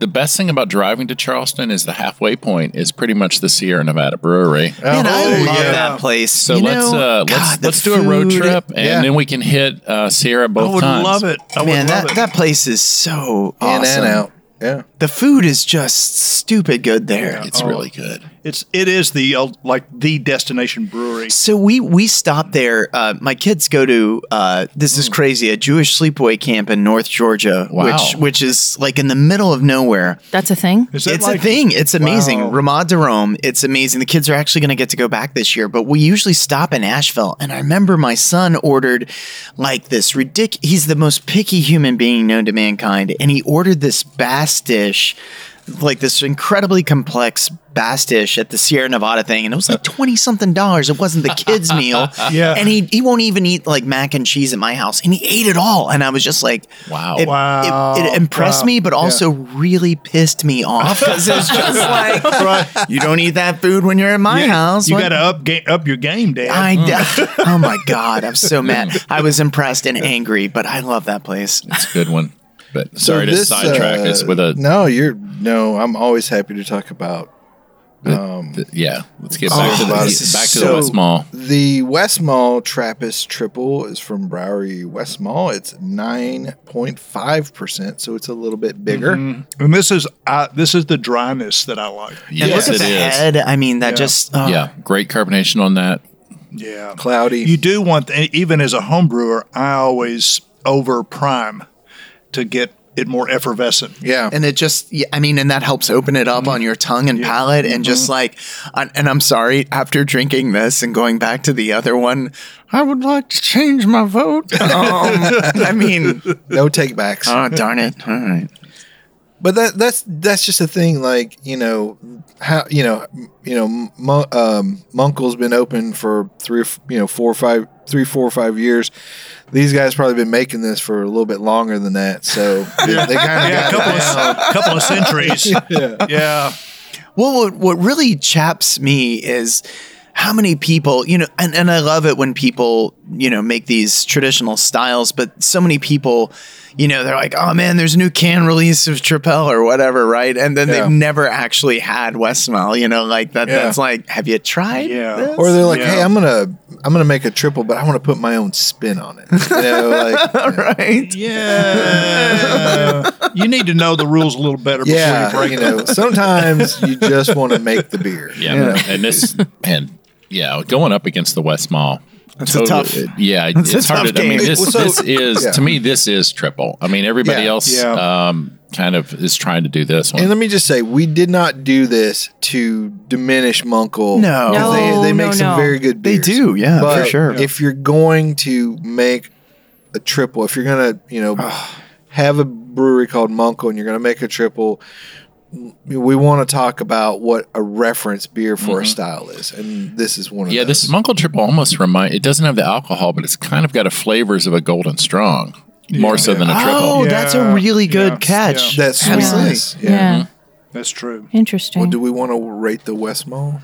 G: the best thing about driving to Charleston is the halfway point is pretty much the Sierra Nevada Brewery.
F: Man, I
C: Oh,
F: love
C: yeah.
F: that place.
G: So
F: You
G: let's
F: know,
G: uh, let's
F: God, the
G: let's do a road
F: food-
G: trip and
D: yeah.
G: then we can hit uh, Sierra
C: I
G: both
C: would
G: times.
C: love it. I
F: Man,
C: would love
F: that,
C: it.
F: that place is so
D: In
F: awesome.
D: and out. Yeah.
F: The food is just stupid good there.
G: It's really good.
C: It's it is the uh, like the destination brewery.
F: So we we stopped there. Uh, my kids go to uh, this is crazy a Jewish sleepaway camp in North Georgia,
G: Hmm. Wow.
F: which which is like in the middle of nowhere.
B: That's a thing.
C: Is that
F: it's
C: like-
F: a thing. It's amazing.
C: Wow.
F: Ramad de Rome. It's amazing. The kids are actually going to get to go back this year, but we usually stop in Asheville. And I remember my son ordered like this ridiculous. He's the most picky human being known to mankind, and he ordered this bass dish. Like this incredibly complex bass dish at the Sierra Nevada thing, and it was like twenty something dollars. It wasn't the kids' meal,
C: Yeah.
F: And he he won't even eat like mac and cheese at my house, and he ate it all. And I was just like,
G: Wow.
F: it,
C: Wow.
F: It, it impressed
C: Wow.
F: me, but also really pissed me off because it's just like you don't eat that food when you're in my
C: Yeah,
F: house.
C: You
F: What-
C: got to up Mm. ga- up your game, Dad.
F: I oh my god, I'm so mad. I was impressed and angry, but I love that place.
G: It's a good one. But sorry to
D: this,
G: sidetrack
D: uh,
G: us with a
D: No, you're. No, I'm always happy to talk about
G: th- yeah. Let's get back to the
D: this is
G: back to the
D: so-
G: West Mall.
D: The West Mall Trappist Triple is from Browery West Mall. It's 9.5%, so it's a little bit bigger.
C: and this is uh, this is the dryness that I like.
F: And
G: Yes,
F: look
G: it
F: at the
G: is.
F: head. I mean, that
C: Yeah.
F: just oh,
G: Yeah, great carbonation on that.
C: Yeah,
D: Cloudy.
C: You do want e, even as a home brewer, I always over prime to get it more effervescent.
D: yeah.
F: And it just, yeah, I mean, and that helps open it
C: Mm-hmm.
F: up on your tongue and palate. And just like, I- and I'm sorry, after drinking this and going back to the other one, I would like to change my vote. Um, I mean,
D: no takebacks.
F: oh, darn it. All right.
D: but that that's that's just a thing like you know how you know you know Mon- um, Munkle's been open for three or f- you know four or five three four or five years these guys probably been making this for a little bit longer than that so they, kind of
C: Yeah, a
D: got
C: couple
D: it down.
C: of couple of centuries. Yeah,
F: Well, what, what really chaps me is how many people, you know, and, and I love it when people, you know, make these traditional styles, but so many people, you know, they're like, oh man, there's a new can release of Trapel or whatever, right? And then
D: Yeah.
F: they've never actually had Westmall, you know, like that.
D: Yeah.
F: That's like, have you tried?
C: Yeah.
F: this?"
D: or they're like
C: Yeah.
D: hey I'm gonna I'm gonna make a triple but I want to put my own spin on it you know like
F: right?
C: yeah. you need to know the rules a little better before you
D: yeah
C: break
D: you know sometimes you just want to make the beer
G: Yeah, and this and yeah, going up against the West Mall. uh,
F: That's a tough-
G: Yeah,
F: that's a
G: it's hard.
F: tough
G: to, I mean,
F: game.
G: this,
D: Well, so-
G: this is
D: yeah.
G: to me this is triple. I mean, everybody
D: Yeah,
G: else
C: yeah.
G: um, kind of is trying to do this one.
D: And let me just say, we did not do this to diminish Munkle.
F: No.
D: 'Cause
B: No,
D: they, they make
B: no,
D: some
B: no.
D: very good
F: They
D: beers.
F: do, yeah,
D: but
F: for sure.
D: If you're going to make a triple, if you're gonna, you know,
F: Ah.
D: have a brewery called Munkle and you're gonna make a triple, we want to talk about what a reference beer for
C: Mm-hmm.
D: a style is, and this is one of
G: yeah,
D: those.
G: this Munkle triple almost remind. It doesn't have the alcohol, but it's kind of got a flavors of a golden strong more so than a triple.
F: Oh,
C: Yeah.
F: that's a really good
C: Yeah.
F: catch.
D: that sweetness.
B: Yeah. Mm-hmm.
D: Yeah.
C: That's true.
B: Interesting.
D: Well, do we want to rate the West Mall?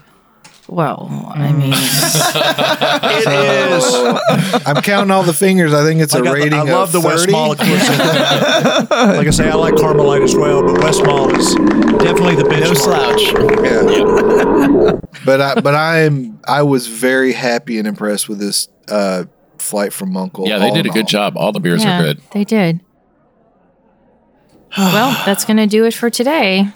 B: well,
D: Mm.
B: I mean,
C: It
D: Uh,
C: is.
D: I'm counting all the fingers. I think it's a
C: Like, I-
D: rating.
C: I, love
D: of
C: the West
D: 30.
C: Mall. of course. like I say, I like Carmelite as well, but West Mall is definitely the benchmark.
F: No slouch.
D: but I but I am I was very happy and impressed with this uh, flight from Uncle.
G: Yeah, they
D: all
G: did a
D: in all.
G: good job. All the beers
B: yeah,
G: are good.
B: they did. well, that's going to do it for today.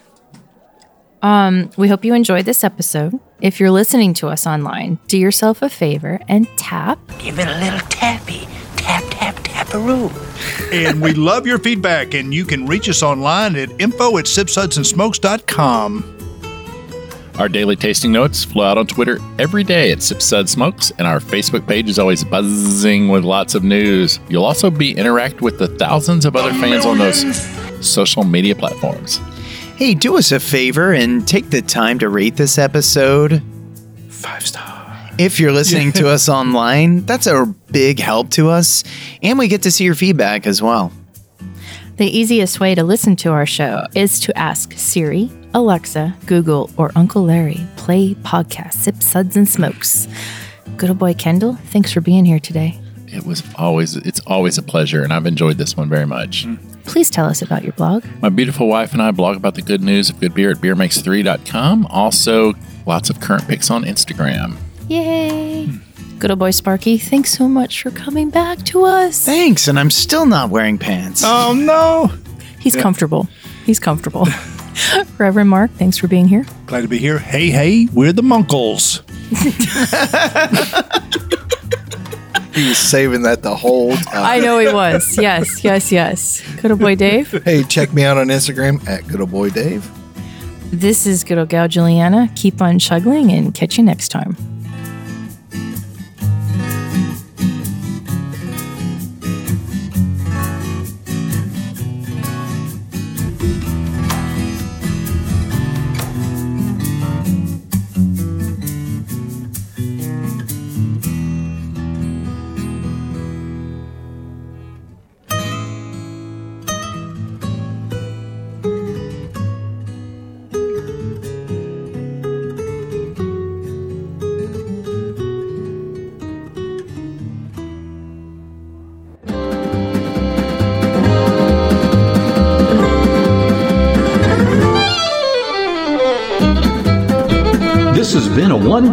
B: Um, we hope you enjoyed this episode. If you're listening to us online, do yourself a favor and tap
I: Give it a little tappy. Tap, tap, taparoo.
C: and we love your feedback, and you can reach us online at info at sipsudsandsmokes.com.
G: Our daily tasting notes flow out on Twitter every day at Sip Sud Smokes, and our Facebook page is always buzzing with lots of news. You'll also be interact with the thousands of other fans on those social media platforms.
F: Hey, do us a favor and take the time to rate this episode.
D: Five star.
F: If you're listening to us online, that's a big help to us. And we get to see your feedback as well.
B: The easiest way to listen to our show is to ask Siri, Alexa, Google, or Uncle Larry, play podcast Sip Suds and Smokes. Good old boy Kendall, thanks for being here today.
G: It was always it's always a pleasure, and I've enjoyed this one very much.
B: Please tell us about your blog.
G: My beautiful wife and I blog about the good news of good beer at beermakes3.com. Also, lots of current pics on Instagram.
B: Yay! Good old boy Sparky, thanks so much for coming back to us.
F: Thanks, and I'm still not wearing pants.
D: Oh no!
B: He's comfortable. He's comfortable. Reverend Mark, thanks for being here.
C: Glad to be here. Hey, hey, we're the Munkles.
D: He was saving that the whole time.
B: I know he was. Yes, yes, yes. Good old boy Dave.
D: Hey, check me out on Instagram at good old boy Dave.
B: This is good old gal Juliana. Keep on chuggling and catch you next time.
E: This has been a one